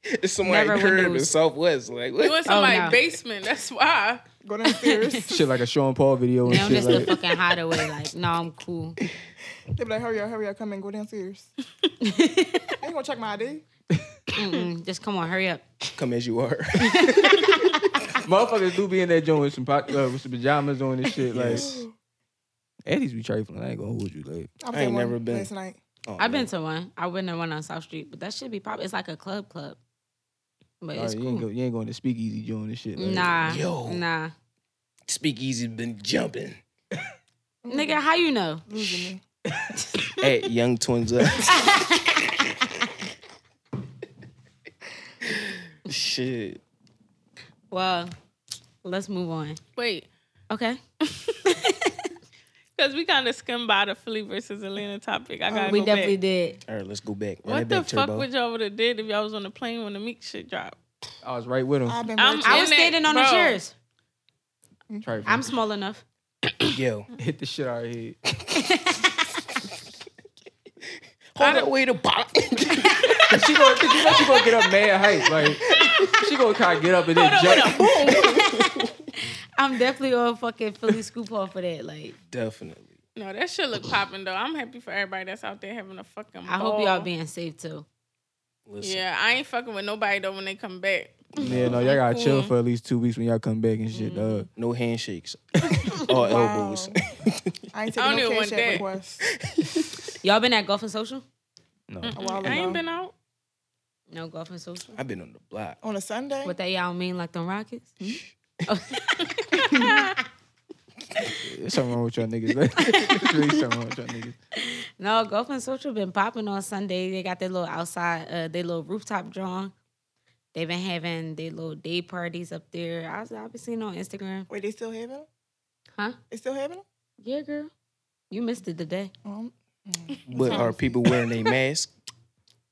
S7: It's somebody
S1: Never
S7: crib in
S1: windows.
S7: Southwest. Like what?
S5: You in somebody's
S1: no.
S5: basement. That's why. [laughs]
S6: Go downstairs.
S4: shit like a Sean Paul video and
S1: Now I'm
S4: shit.
S1: just the
S4: Like,
S1: fucking
S4: [laughs]
S1: hideaway. Like, no, I'm cool.
S6: they be like, hurry up, hurry up, come in,
S5: [laughs]
S6: go downstairs. they ain't gonna check my ID.
S1: Mm, Just come on, hurry up.
S7: Come as you [laughs] are.
S4: motherfuckers do be in that joint with some pot, uh, with some pajamas on and shit. Like, Eddie's be trifling. I ain't gonna hold you. Like,
S6: I, was
S7: I ain't
S6: at one
S7: never been.
S6: last night.
S7: Oh,
S1: I've
S7: man.
S1: been to one. I went to one on South Street, but that should be pop. It's like a club club, but
S4: all right,
S1: it's
S4: you, ain't go,
S1: cool.
S4: you ain't going to speakeasy joint and shit. Like,
S1: Nah,
S7: Yo.
S1: nah,
S7: Speakeasy's been jumping.
S1: nigga, how you know?
S6: Losing me.
S7: At Young Twins Up. Shit.
S1: Well, let's move on.
S5: Wait,
S1: Okay,
S5: because we kind of skimmed by the Philly versus Atlanta topic. I gotta
S1: we
S5: go
S1: definitely
S5: back.
S1: did.
S7: All right, let's go back. Run
S5: What
S7: it
S5: the
S7: back,
S5: fuck
S7: Turbo.
S5: would y'all would have did if y'all was on the plane when the meat shit dropped?
S4: I was right with him.
S6: I've been
S5: I'm-
S6: ratchet.
S1: I was
S5: And that-
S1: standing on the
S5: bro.
S1: chairs.
S4: Trifling.
S1: I'm small enough.
S7: Yo.
S4: hit the shit out of here.
S7: Hold that way
S5: [laughs]
S7: to bop.
S4: She gonna, you know she gonna get up mad hype. Like, she gonna kind of get up and then jump.
S1: I'm definitely all fucking Philly scoop off for that. Like,
S7: Definitely.
S5: No, that shit look popping though. I'm happy for everybody that's out there having a fucking.
S1: I hope
S5: ball.
S4: Oh.
S1: y'all being safe too.
S7: Listen.
S5: Yeah, I ain't fucking with nobody though when they come back.
S4: Yeah, no, y'all gotta chill for at least two weeks when y'all come back and shit. Dog.
S5: [laughs]
S7: No handshakes or elbows.
S6: I
S7: [laughs]
S6: ain't
S5: I
S6: taking
S5: don't
S6: no
S5: even want
S6: cash app
S5: that.
S6: requests.
S1: Y'all been at golf and social?
S6: A while ago.
S5: I ain't been out.
S1: No golf and social.
S7: I've been on the block.
S6: on a Sunday.
S1: What that y'all mean like the Rockets? Mm.
S4: There's something wrong with y'all niggas. Like, [laughs] there's really something wrong with y'all niggas.
S1: [laughs] No, Golf and Social been popping on Sunday. They got their little outside, uh, their little rooftop drawing. They've been having their little day parties up there. I was, I've been seeing on Instagram.
S6: Wait, they still have it?
S1: Huh?
S6: It's still happening?
S1: Yeah, girl. You missed it today.
S6: Um,
S7: But are people wearing their mask?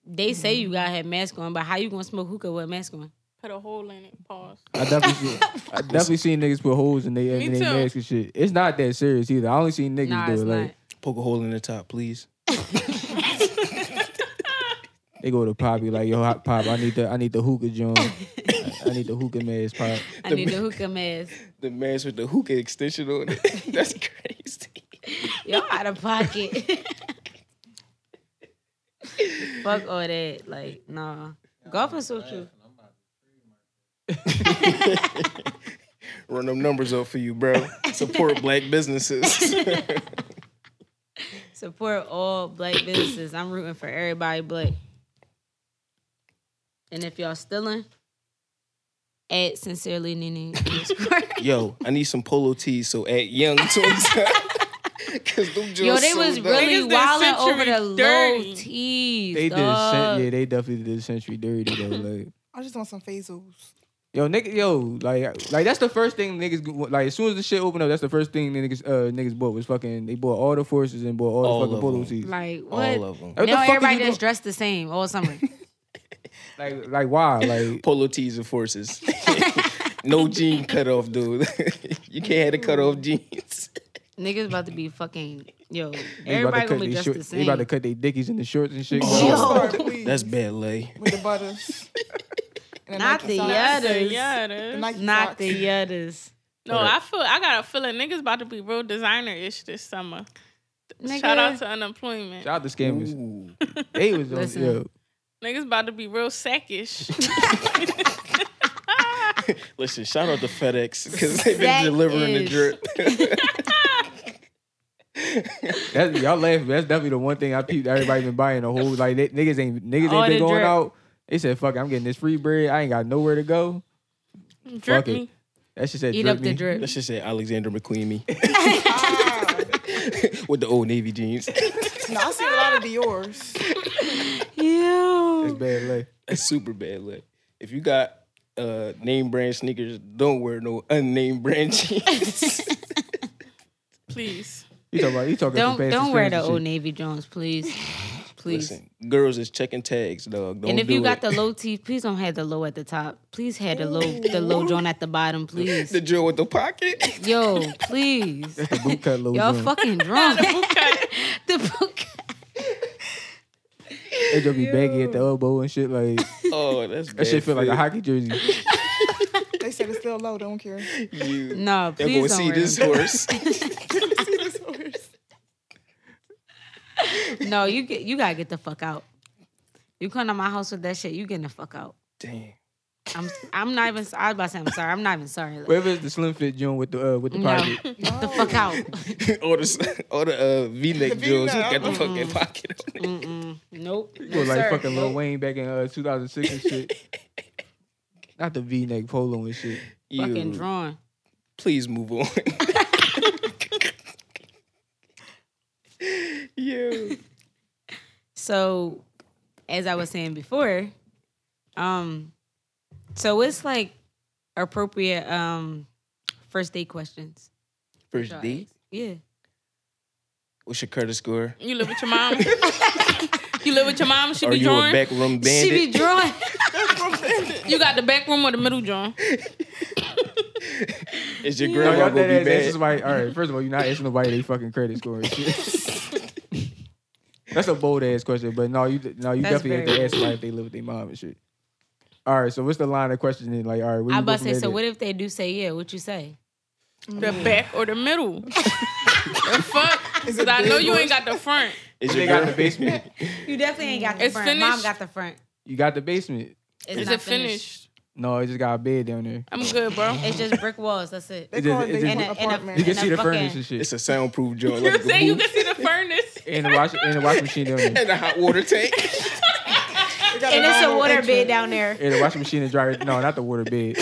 S1: They say you gotta have mask on, but how you gonna smoke hookah with a mask on?
S5: Put a hole in it. Pause.
S4: I definitely, seen, I definitely seen niggas put holes in their
S5: Me
S4: in their
S5: too.
S4: mask and shit. It's not that serious either. I only seen niggas
S1: Nah,
S4: do
S1: it's
S4: it. Like
S1: not.
S7: Poke a hole in the top, please.
S4: they go to Poppy like, yo, Hot Pop, I need the I need the hookah joint. I, I need the hookah mask, Pop.
S1: I need the hookah mask.
S7: The mask with the hookah extension on it. [laughs] That's crazy.
S1: Y'all out of pocket. Fuck all that. Like, nah. Golf is so true.
S7: [laughs] Run them numbers up for you, bro. Support black
S5: [laughs]
S7: businesses.
S1: Support all black businesses. I'm rooting for everybody black. And if y'all stealing, at sincerely Nene.
S4: [laughs]
S1: underscore.
S7: Yo, I need some polo tees. So at Young Twins, [laughs] because them
S1: Yo,
S7: joints
S1: they was
S7: sold out.
S5: Niggas
S1: really
S5: did
S1: wilding over
S5: century
S1: the
S5: dirty.
S1: low tees.
S4: They did,
S1: dog.
S4: cent- yeah, they definitely did century dirty though. Like,
S6: I just want some phasals.
S4: yo, nigga, yo, like, like that's the first thing niggas go- like. As soon as the shit opened up, that's the first thing niggas uh niggas bought was fucking. They bought all the forces and bought all,
S7: All
S4: the fucking
S7: of
S4: polo
S7: them.
S4: tees.
S1: Like what?
S7: All of them.
S4: What the
S1: now
S4: fuck is
S1: everybody
S4: you
S1: that's
S4: doing?
S1: dressed the same all
S4: [laughs]
S1: summer.
S4: Like, like why?
S1: [laughs]
S4: Like,
S7: Polo tees and forces. [laughs] no jean cutoff, dude. [laughs] you can't have the cutoff jeans.
S1: Niggas about to be fucking yo.
S4: they about to
S1: Everybody
S4: cut
S1: gonna be
S4: their
S1: dressed the
S4: shorts. They
S1: same.
S4: about to cut their dickies in the shorts
S1: [laughs]
S4: and shit.
S6: Gold
S7: Oh.
S6: Star, please.
S7: That's bad lay.
S6: with the butters. And
S1: Not
S6: Nike
S1: the
S6: socks.
S1: yet.
S5: The
S1: Others.
S5: yaddas.
S6: Nike
S1: Not
S6: socks.
S1: the yudders.
S5: No, I feel I got a feeling niggas about to be real designer ish this summer. Shout out to unemployment.
S4: Shout out to scammers. They was on,
S1: Listen.
S4: yo.
S5: Niggas about to be real sackish.
S7: Listen, shout out to FedEx because they've been
S1: That
S7: delivering the
S1: is-
S7: drip.
S1: [laughs]
S4: That's, y'all laughing. but That's definitely the one thing I peeped. Everybody been buying the whole like they, niggas ain't niggas
S1: All
S4: ain't
S1: the
S4: been going
S1: drip.
S4: out. They said, "Fuck, it, I'm getting this free bread. I ain't got nowhere to go."
S5: Drip
S4: Fuck it.
S5: me.
S4: That shit said,
S1: Eat
S4: "Drip
S1: up
S4: me.
S1: the drip.
S7: That should say Alexander McQueen me with the old navy jeans.
S6: Ah. No, I see a lot of Dior's.
S4: That's bad luck.
S7: That's super bad luck. If you got uh name brand sneakers, don't wear no unnamed
S1: [laughs]
S7: brand jeans.
S5: Please.
S4: You talking about you talking
S1: Don't
S4: from past
S1: don't wear the
S4: experience
S1: old
S4: and
S1: navy Jones,
S7: [sighs]
S1: please, please.
S7: Listen, girls is checking tags, dog. Don't
S1: and if you
S7: do
S1: got
S7: it.
S1: the low tee, please don't have the low at the top. Please have the low the low joint at the bottom, please.
S7: [laughs] the drill with the pocket,
S1: Yo, please.
S4: shit. The boot cut little
S1: Y'all
S5: [laughs]
S4: joint.
S1: fucking drunk. [laughs] the book.
S4: They just be baggy at the elbow and shit. Like
S7: [laughs]
S1: [laughs]
S7: oh, that's bad
S4: that shit feel like a
S7: fit.
S4: hockey jersey.
S6: They said it's still low.
S1: [laughs]
S6: Don't care.
S7: You,
S1: No,
S7: Y'all gonna
S1: please don't
S7: see
S1: wear
S7: this
S1: them.
S7: [laughs] horse.
S1: No, you get you gotta get the fuck out. You come to my house with that shit, you getting the fuck out.
S7: Damn. [laughs]
S1: I'm I'm not even. I was about to say I'm sorry. I'm not even sorry. Like,
S4: Whatever it's the slim fit joint with the uh, with the
S1: no, [laughs]
S4: pocket.
S1: get the fuck out.
S7: all the all the uh, [laughs] V-neck uh-uh. drills with got the fucking pocket on it. [laughs]
S1: Mm-mm. Nope.
S4: You look
S1: No,
S4: like
S1: sir.
S4: fucking Lil
S1: Nope.
S4: Wayne back in uh, 2006 and shit.
S1: [laughs]
S4: Not the V neck polo and shit.
S1: Fucking
S7: Ew.
S1: drawing.
S7: Please move on. [laughs] Yo.
S1: So, as I was saying before, um, so it's like appropriate um first date questions.
S7: First date.
S1: Yeah.
S7: What's your credit score?
S5: You live with your mom. you live with your mom. She
S7: Are
S5: be
S7: you a
S5: drawing.
S7: backroom
S1: She
S7: bandit?
S1: be drawing.
S5: you got the back room or the middle drawing.
S7: [laughs] Is your
S4: Yo,
S7: grandma
S4: y'all
S7: gonna be
S4: dead ass
S7: bad?
S4: asking somebody- All right, first of all, you're not asking nobody they fucking credit score and shit.
S1: [laughs]
S4: That's a bold ass question, but no, you no, you
S1: That's
S4: definitely have
S1: very
S4: to ask somebody if they live with their mom and shit. All right, so what's the line of questioning? Like, all right, where
S1: I
S4: you
S1: about
S4: about
S1: to say. So what if they do say yeah? What you say?
S5: The back or the middle. the fuck?
S6: Is
S5: Because I
S6: it
S5: know
S6: big
S5: you
S6: or-
S5: ain't got the front.
S7: Is
S4: They
S7: your
S4: got the
S7: girl,
S4: basement.
S1: You definitely ain't got
S5: the It's front. Mom finished. got
S1: the front.
S4: You got the basement.
S1: It's
S5: Is
S1: not
S5: it finished?
S4: No, it just got a bed down there.
S5: I'm good, bro.
S1: It's just brick walls. That's it.
S6: They
S4: It just-
S6: call it
S4: it
S6: their
S4: just-
S1: And a- and a-
S6: apartment.
S4: You can
S1: And a
S4: see the
S1: fucking-
S4: furniture and shit,
S7: [laughs] it's a soundproof
S5: [laughs] [laughs]
S7: joint.
S5: You
S7: Like
S5: say you
S7: the
S5: can see the furnace.
S4: and the wash and the washing machine down there,
S7: [laughs] and a hot water tank.
S1: and it's a water bed down there.
S4: [laughs] and the washing machine and dryer. No, not the water bed,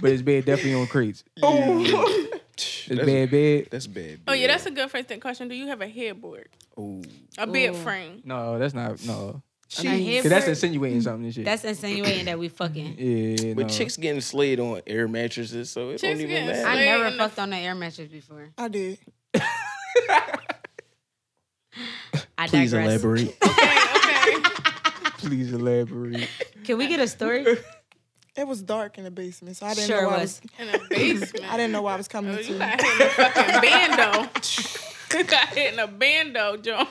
S4: but it's bed definitely on crates.
S5: [laughs]
S7: [laughs]
S4: It's
S7: That's-
S4: bed bed.
S7: That's bad.
S5: Oh yeah, that's a good first thing question. Do you have a headboard?
S7: Ooh.
S4: [laughs]
S5: A bed frame?
S4: No, that's not no.
S1: She-
S4: Cause that's insinuating something and shit.
S1: That's insinuating that we fucking.
S4: yeah,
S7: But
S4: no.
S7: chicks getting slayed on air mattresses, so it
S5: Chicks
S7: don't even
S5: getting
S7: matter.
S1: I
S5: Wait,
S1: never
S5: no.
S1: fucked on the air mattress before.
S6: I did.
S1: I
S7: Please
S1: digress.
S7: [laughs] elaborate.
S5: Okay, okay.
S4: Please elaborate.
S1: Can we get a story?
S6: It was dark in the basement, so I didn't
S1: Sure
S6: know I
S1: was.
S6: was.
S5: In the basement.
S6: I didn't know I was coming
S5: Oh,
S6: to.
S5: you got hit in a fucking bando. You got hit in a bando, John.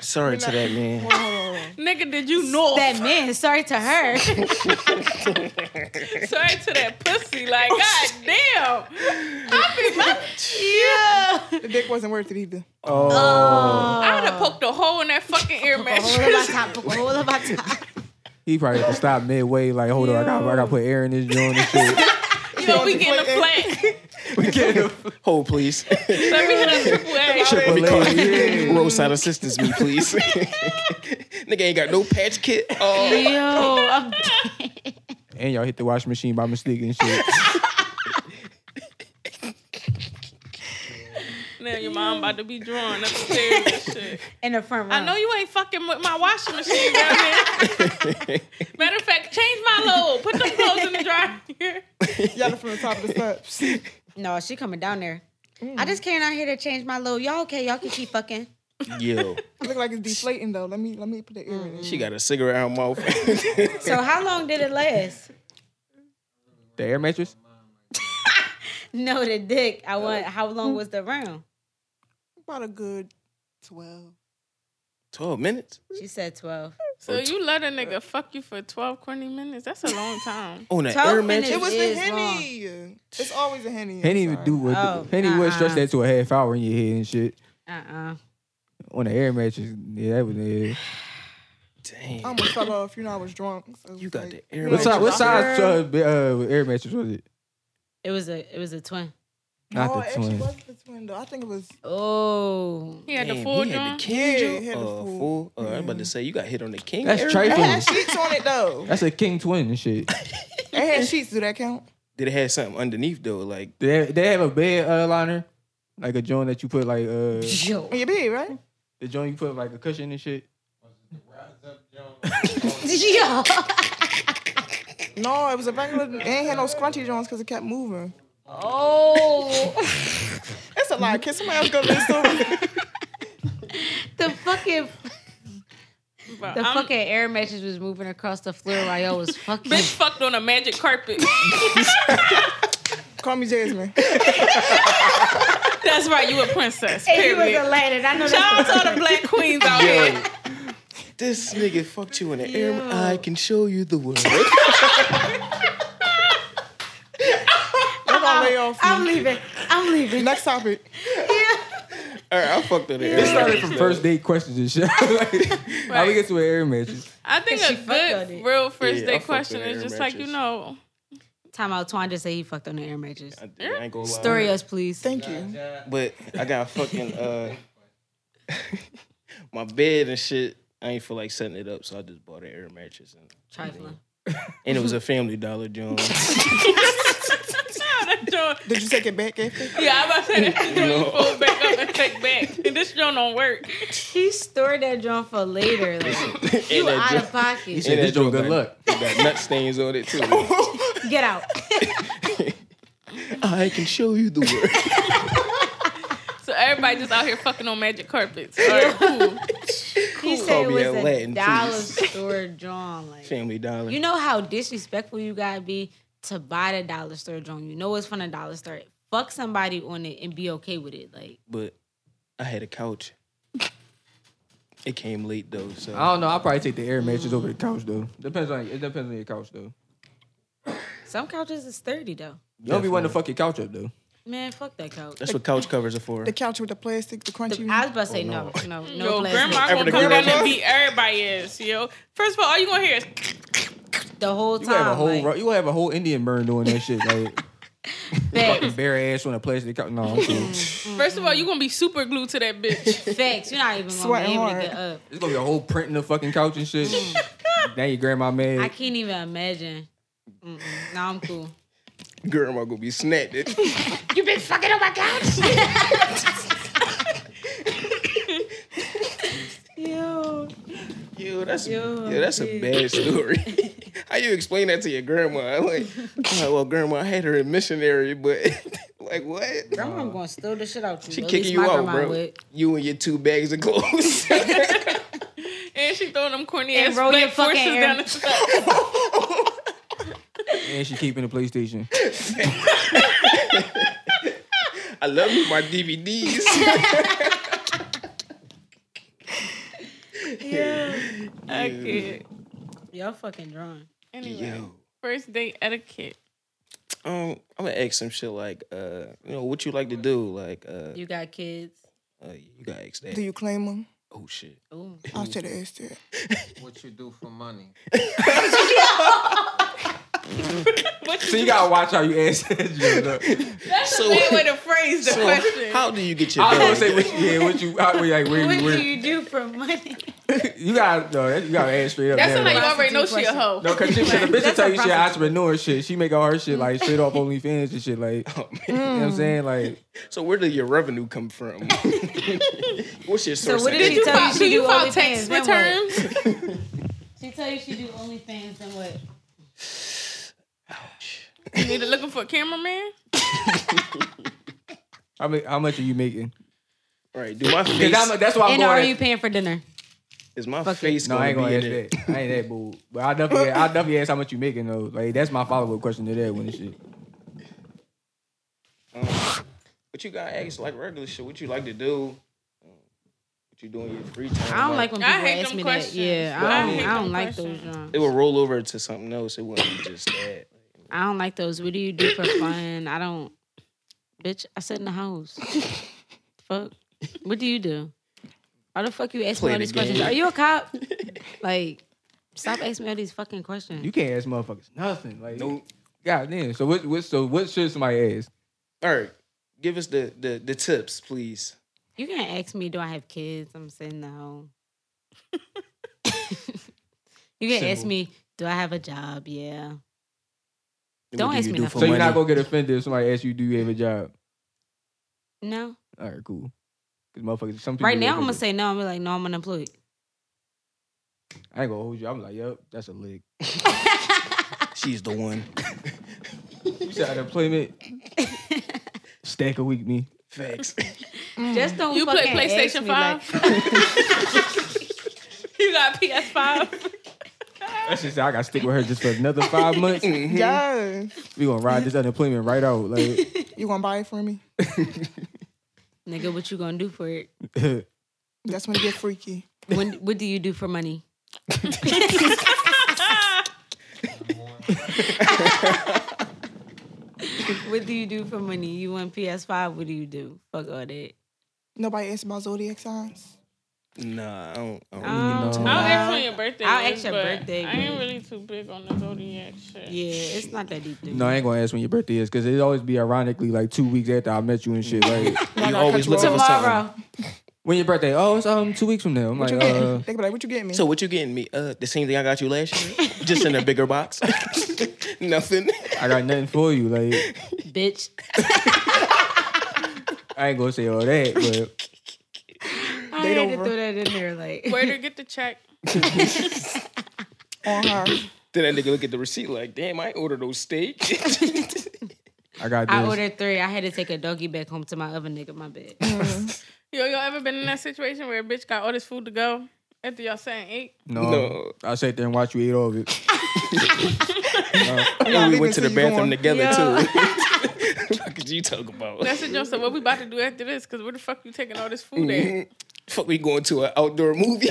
S7: Sorry to that
S6: [laughs]
S7: man.
S6: Hold on, hold on.
S5: [laughs] Nigga, did you know?
S1: that man. Sorry to her.
S5: Sorry to that pussy. Like, god damn. I, be, my,
S6: The dick wasn't worth it either.
S4: Oh,
S5: I would have poked a hole in that fucking ear
S1: All of our
S5: mattress.
S1: top. All of our top.
S4: he probably had to stop midway. Like, hold on, I got, I got to put air in this joint and shit.
S5: You know, we getting
S1: [laughs]
S5: a flat.
S7: We get [laughs] hold, please.
S5: Let me hit a triple A.
S7: Triple
S4: Triple
S7: A.
S4: A, yeah.
S7: [laughs] Roadside assistance, me please. Nigga ain't got no patch kit. Oh,
S1: Yo, I'm
S4: And y'all hit the washing machine by mistake and shit.
S5: Now your mom about to be drawing upstairs and
S1: [laughs]
S5: shit.
S1: in the front room.
S5: I know you ain't fucking with my
S1: [laughs]
S5: washing machine, girl. man. Matter of fact, change my load. Put them clothes in
S1: [laughs]
S5: the dryer.
S6: Y'all from the top of the steps.
S1: No, she coming down there. I just came out here to change my load. Y'all okay? Y'all can keep fucking.
S7: [laughs] yo,
S6: Look like it's deflating though. Let me let me put the ear in.
S1: Mm-hmm.
S6: it.
S7: she got a cigarette out her mouth. [laughs]
S1: So how long did it [laughs] last?
S4: The air mattress?
S1: No, the dick. I want. How long was the round?
S6: About a good twelve.
S7: Twelve minutes
S1: She said twelve.
S5: So you let a nigga fuck you for 12, 20 minutes? That's a long time.
S7: on an
S1: 12
S7: air
S1: minutes.
S6: It was
S7: mattress.
S1: is
S6: the henny. It's always a henny. I'm
S4: Henny
S6: sorry.
S4: would do what?
S1: Oh,
S4: Henny would stretch
S1: uh-uh.
S4: that to a half hour in your head and shit.
S1: Uh uh
S4: On the air mattress, yeah, that was yeah.
S7: Damn.
S6: I almost fell off. You know I was drunk. So
S7: You
S6: it's
S7: got
S6: like,
S7: the
S6: you
S7: air
S6: know,
S4: What size? What
S7: What's
S6: doctor-
S4: size uh, b- uh, air mattress was it?
S1: It was a. It was a twin.
S4: Not
S6: No,
S4: the
S6: it actually
S4: twin.
S6: wasn't the twin though. I think it was.
S1: Oh.
S5: He had
S7: Damn,
S5: the full
S7: he
S5: drum.
S7: had the king.
S6: Yeah,
S7: joint?
S6: he had the
S7: uh,
S6: full.
S7: full. Uh, I'm about to say you got hit on the king.
S4: That's
S7: air
S4: trifling.
S6: It
S7: mattress?
S6: had sheets on it though.
S4: That's a king twin and shit.
S6: It had sheets. Do that count?
S7: Did it have something underneath though? Like
S4: They have, they have a bed uh, liner, like a joint that you put like uh
S1: Yo.
S6: On your bed, right?
S4: the joint you put like a cushion and shit.
S1: [laughs] Yo.
S6: No, it was a regular. It ain't had no scrunchy joints because it kept moving.
S1: Oh.
S6: That's a lie. Can somebody else go to the store?
S1: the fucking.
S5: Bro,
S1: The
S5: I'm-
S1: fucking air mattress was moving across the floor while y'all [laughs] was fucking.
S5: Bitch fucked on a
S1: [laughs]
S5: magic carpet.
S6: [laughs] Call me Jasmine.
S5: That's right, you a princess.
S1: and you was
S5: Period.
S1: Aladdin. I know
S5: Shout out
S1: that's
S5: to all the black queens out here.
S7: [laughs] this nigga fucked you in the air. ma- I can show you the world.
S6: I'm gonna lay off.
S1: I'm leaving. I'm leaving.
S6: Next topic.
S7: All right, I fucked on the air.
S4: It started
S7: mattress,
S4: from
S7: though.
S4: first date questions and shit. [laughs] like, How we
S5: Right.
S4: get to an air mattress?
S5: I think
S1: She
S5: a
S1: fucked on
S5: good
S1: it.
S5: real first
S7: Yeah, I
S5: day
S7: fucked
S5: question
S7: on the
S5: is
S7: air
S5: just like, you
S7: mattress.
S5: know,
S1: [laughs]
S5: [laughs]
S1: Time out. Twan just said he fucked on the air mattress.
S7: I, did, I ain't gonna lie.
S1: Story us, please.
S6: Thank you.
S7: But I got fucking uh [laughs] my bed and shit. I ain't feel like setting it up, so I just bought an air mattress and,
S1: Trifling.
S7: and it was a Family Dollar
S1: [laughs]
S7: joint. [laughs]
S5: that joint-
S6: Did you take it back after?
S5: yeah, I'm about to say
S7: [laughs]
S5: [laughs] that joint
S7: No.
S5: you fold back up and take back. [laughs] And this joint don't work.
S1: He stored that drum for later. Like, you
S7: that
S1: out
S7: drum-
S1: of pocket.
S4: said, "This joint
S7: joint
S4: good
S7: got- it
S1: [laughs]
S7: got nut stains on it too.
S1: Get out.
S7: I can show you the world.
S5: So everybody just out here fucking on magic carpets. All right, cool.
S1: He
S7: Call
S1: said
S7: me
S1: it was a
S7: Aladdin,
S1: dollar
S7: please.
S1: store drum. Like,
S7: Family Dollar.
S1: you know how disrespectful you gotta be to buy the dollar store drum. You know it's from the dollar store. Fuck somebody on it and be okay with it. Like,
S7: but I had a couch. It came late though, so
S4: I don't know. I'll probably take the air mattress over the couch though. Depends on it depends on your couch though.
S1: some couches is sturdy though.
S4: You don't be wanting to fuck your couch up though.
S1: Man, fuck that couch.
S7: that's what couch covers are for.
S6: The couch with the plastic, the
S1: The-
S6: crunchy.
S1: I was about to say no, no, no.
S5: Yo,
S1: plastic.
S5: grandma gonna
S7: Everybody
S5: come
S7: grandma.
S5: down and beat everybody ass, yo. First of all, all you gonna hear is
S1: the whole
S4: You
S1: time.
S4: gonna have a whole
S1: like,
S4: ru- you gonna have a whole Indian burn doing that shit like
S1: facts,
S4: bare ass on a plastic couch. No, I'm cool. it's
S5: first of all, you gonna be super glued to that bitch.
S1: facts. You're not even gonna
S6: Sweating
S1: be able
S6: hard.
S1: to get up.
S4: gonna be a whole print in the fucking couch and shit. now your grandma mad.
S1: I can't even imagine. Mm-mm. No, I'm cool.
S7: [laughs] Grandma gonna be snapped.
S1: You've been fucking on my couch. Yo.
S7: That's yeah, that's a bad story. [laughs] How you explain that to your grandma? [laughs] Like, "Oh, well, grandma, I had her in missionary, but [laughs] like what?
S8: Grandma gonna steal the shit out you.
S7: She
S8: At
S7: kicking
S8: least
S7: you
S8: my
S7: out,
S8: grandma
S7: bro.
S8: would.
S7: You and your two bags of clothes. [laughs]
S5: And she throwing them corny
S1: And
S5: ass
S1: roll your
S5: black
S1: fucking
S5: forces
S1: hair.
S5: down the side.
S4: and she keeping the PlayStation.
S7: I love you, my DVDs.
S5: Okay.
S8: Y'all fucking drunk.
S5: Anyway,
S7: Yo.
S5: first date etiquette.
S7: Um, I'm gonna ask some shit like, uh, you know, what you like to do? Like, uh,
S8: You got kids.
S7: uh you gotta ask
S6: Do
S7: that.
S6: you claim them?
S7: Oh shit.
S6: I should have asked that.
S9: What you do for money?
S4: so you gotta watch how you [laughs] answer. that shit, though.
S5: That's
S7: So-
S5: the main way to phrase the
S7: [laughs] So,
S5: question.
S7: how do you get your?
S4: I was gonna
S7: bag?
S4: say what you yeah, what you how, like where
S8: What
S4: you
S8: do
S4: where,
S8: you do for money?
S4: you gotta no, that- you gotta answer straight up.
S5: That's
S4: damn
S5: somebody you
S4: right.
S5: already know she a
S8: Prostitute
S5: hoe.
S4: no, cause she, the bitch will tell you she an entrepreneur and shit. She make all her shit like straight off OnlyFans and shit. Like, [laughs] you know what I'm saying? Like,
S7: So where did your revenue come from? [laughs] What's your source?
S8: what
S7: of
S8: did
S7: income?
S8: you tell
S5: File-
S8: you
S5: do
S8: she
S5: you
S8: do
S5: file
S8: OnlyFans,
S5: tax
S8: then what?
S5: returns?
S8: She tell you she do OnlyFans, then what?
S5: you need to looking for a cameraman?
S4: how, mu- how much are you making?
S7: Right. [laughs] Do my
S4: 'Cause
S7: face
S4: I'm- that's why I'm
S1: And
S4: going.
S1: are
S4: at-
S1: you paying for dinner?
S7: is my
S1: Fuck it.
S7: face
S4: no,
S7: gonna
S4: I ain't gonna
S7: be
S4: ask
S7: in it?
S4: that. I ain't that bold. But I definitely, I definitely ask how much you making though. Like, that's my follow up question to that one and shit.
S7: But you gotta ask like regular shit. What you like to do? What you doing in your free time?
S1: I don't like when
S5: I
S1: people
S5: hate
S1: ask
S5: them
S1: me
S5: questions.
S1: that. Yeah,
S7: I
S1: I don't,
S7: hate
S1: I don't
S5: them
S1: like
S5: questions.
S1: those drunk.
S7: It would roll over to something else. It wouldn't be just that.
S1: I don't like those. What do you do for fun? I don't. Bitch, I sit in the
S5: [laughs]
S1: house. fuck. What do you do? Why the fuck you ask me
S7: Play
S1: all
S7: the
S1: these questions?
S7: game.
S1: Are you a
S7: [laughs]
S1: cop? like, stop asking me all these fucking questions.
S4: You can't ask motherfuckers nothing. Like,
S7: Nope.
S4: God damn. So what? What? So what should somebody ask?
S7: All right. Give us the the, the tips, please.
S1: You can't ask me, do I have kids? I'm saying no. [laughs] you can ask
S7: Simple.
S1: me, do I have a job? Yeah.
S7: What
S1: Don't
S7: do
S1: ask
S7: you
S1: me
S7: do
S1: nothing.
S7: for
S4: so you're not
S7: money?
S4: gonna get offended if somebody asks you, "Do you have a job?"
S1: No.
S4: All right, cool. Because motherfuckers, some people
S1: Right
S4: get
S1: now, I'm gonna
S4: offended.
S1: say no. I'm like, no, I'm unemployed.
S4: I ain't gonna hold you. I'm like, yup, that's a lick.
S7: She's the one.
S4: You said
S1: [laughs]
S4: unemployment. Stack a week, me.
S7: [laughs] Facts.
S1: Just don't.
S5: Mm. You play
S1: fucking ask
S5: PlayStation
S1: me,
S5: 5?
S1: like-
S5: you got PS5?
S4: That's just I gotta stick with her just for another five
S1: [laughs]
S4: months. We
S6: Mm-hmm. Yes.
S4: gonna ride this unemployment right out. Like, [laughs]
S6: You gonna buy it for me?
S1: Nigga, what you gonna do for it?
S6: That's when it get freaky.
S1: When, what do you do for money? what do you do for money? You want PS5? What do you do? Fuck all that.
S6: Nobody asked about zodiac
S7: [laughs]
S6: signs.
S7: nah, I don't. I don't
S1: Um,
S5: I'll ask you on your birthday.
S1: I'll ask
S5: is,
S1: your
S5: but
S1: birthday,
S5: I ain't
S1: but-
S5: really too big on the zodiac shit.
S1: Yeah, it's not that deep. dude.
S4: no, I ain't gonna ask when your birthday is because it always be ironically like two weeks after I met you and shit. Like,
S7: you
S6: cut
S7: always
S6: you
S7: looking for something.
S1: Tomorrow.
S4: when your birthday? Oh, it's um two weeks from now. I'm
S6: What
S4: like,
S6: you getting?
S4: uh,
S6: they be like, what you getting me?
S7: So what you getting me? Uh, the same thing I got you last year, just in a bigger box. [laughs] Nothing. [laughs]
S4: I got nothing for you. Like,
S1: Bitch.
S4: I ain't gonna say all that, but
S1: I
S6: They
S1: had to
S6: don't-
S1: throw that in there. Like,
S5: Where to get the check?
S6: On her.
S7: Then that nigga look at the receipt like, damn, I ordered those steak. [laughs]
S4: I got this.
S1: I ordered three. I had to take a doggy back home to my other nigga. My bad.
S4: Mm.
S5: Yo, y'all ever been in that situation where a bitch got all this food to go after y'all saying eight?
S4: no,
S7: No.
S4: I sat there and watched you eat all of it.
S7: and we went to the
S6: you
S7: bathroom
S6: going.
S7: together [laughs] too. fuck is you talking about?
S5: That's what y'all said. What we about to do after this? Because where the fuck you taking all this food
S1: Mm-hmm.
S5: at?
S7: Mhm. [laughs] Fuck, we going to an outdoor movie.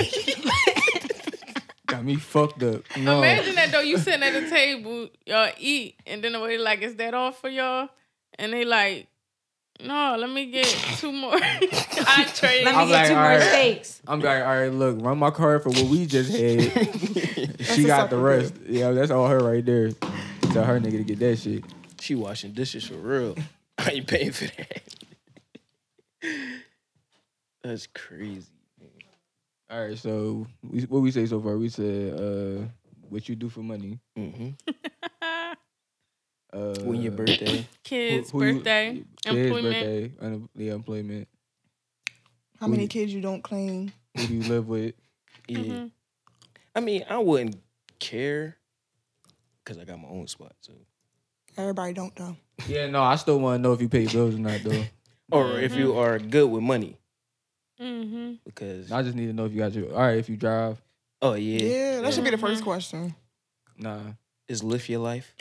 S7: [laughs]
S4: Got me fucked up. No,
S5: Imagine that though. You sitting at a table, y'all eat, and then the waiter like, "Is that all for y'all?" And they like, "No, let me get two more [laughs] entrees."
S1: [laughs] Let me
S4: I'm
S1: get
S4: like,
S1: two
S4: all
S1: more
S4: right.
S1: steaks.
S4: I'm like, all right, look, run my card for what we just
S7: [laughs]
S4: had. she
S6: a
S4: got the
S6: separate
S4: rest. Yeah, that's all her right there. Tell her nigga to get that shit.
S7: she washing dishes for real. I ain't paying for that. That's crazy.
S4: All right, so we, what we say so far? We said uh, what you do for money.
S7: Mm-hmm.
S4: Uh,
S7: When your birthday?
S5: Kids,
S4: who- who you-
S5: birthday,
S4: Kids,
S5: employment.
S4: birthday, un- yeah, employment.
S6: How many kids you don't claim? mm-hmm.
S4: Who do you live with?
S7: Yeah. I mean, I wouldn't care because I got my own spot too.
S6: Everybody don't though.
S4: [laughs] Yeah, no, I still want to know if you pay your bills or not, though.
S7: Or if
S6: Mm-hmm.
S7: you are good with money,
S5: Mm-hmm.
S7: because
S4: [laughs] I just need to know if you got your. All right, if you drive,
S7: oh yeah,
S6: Yeah, that should be the first question.
S4: nah.
S7: is lift your life.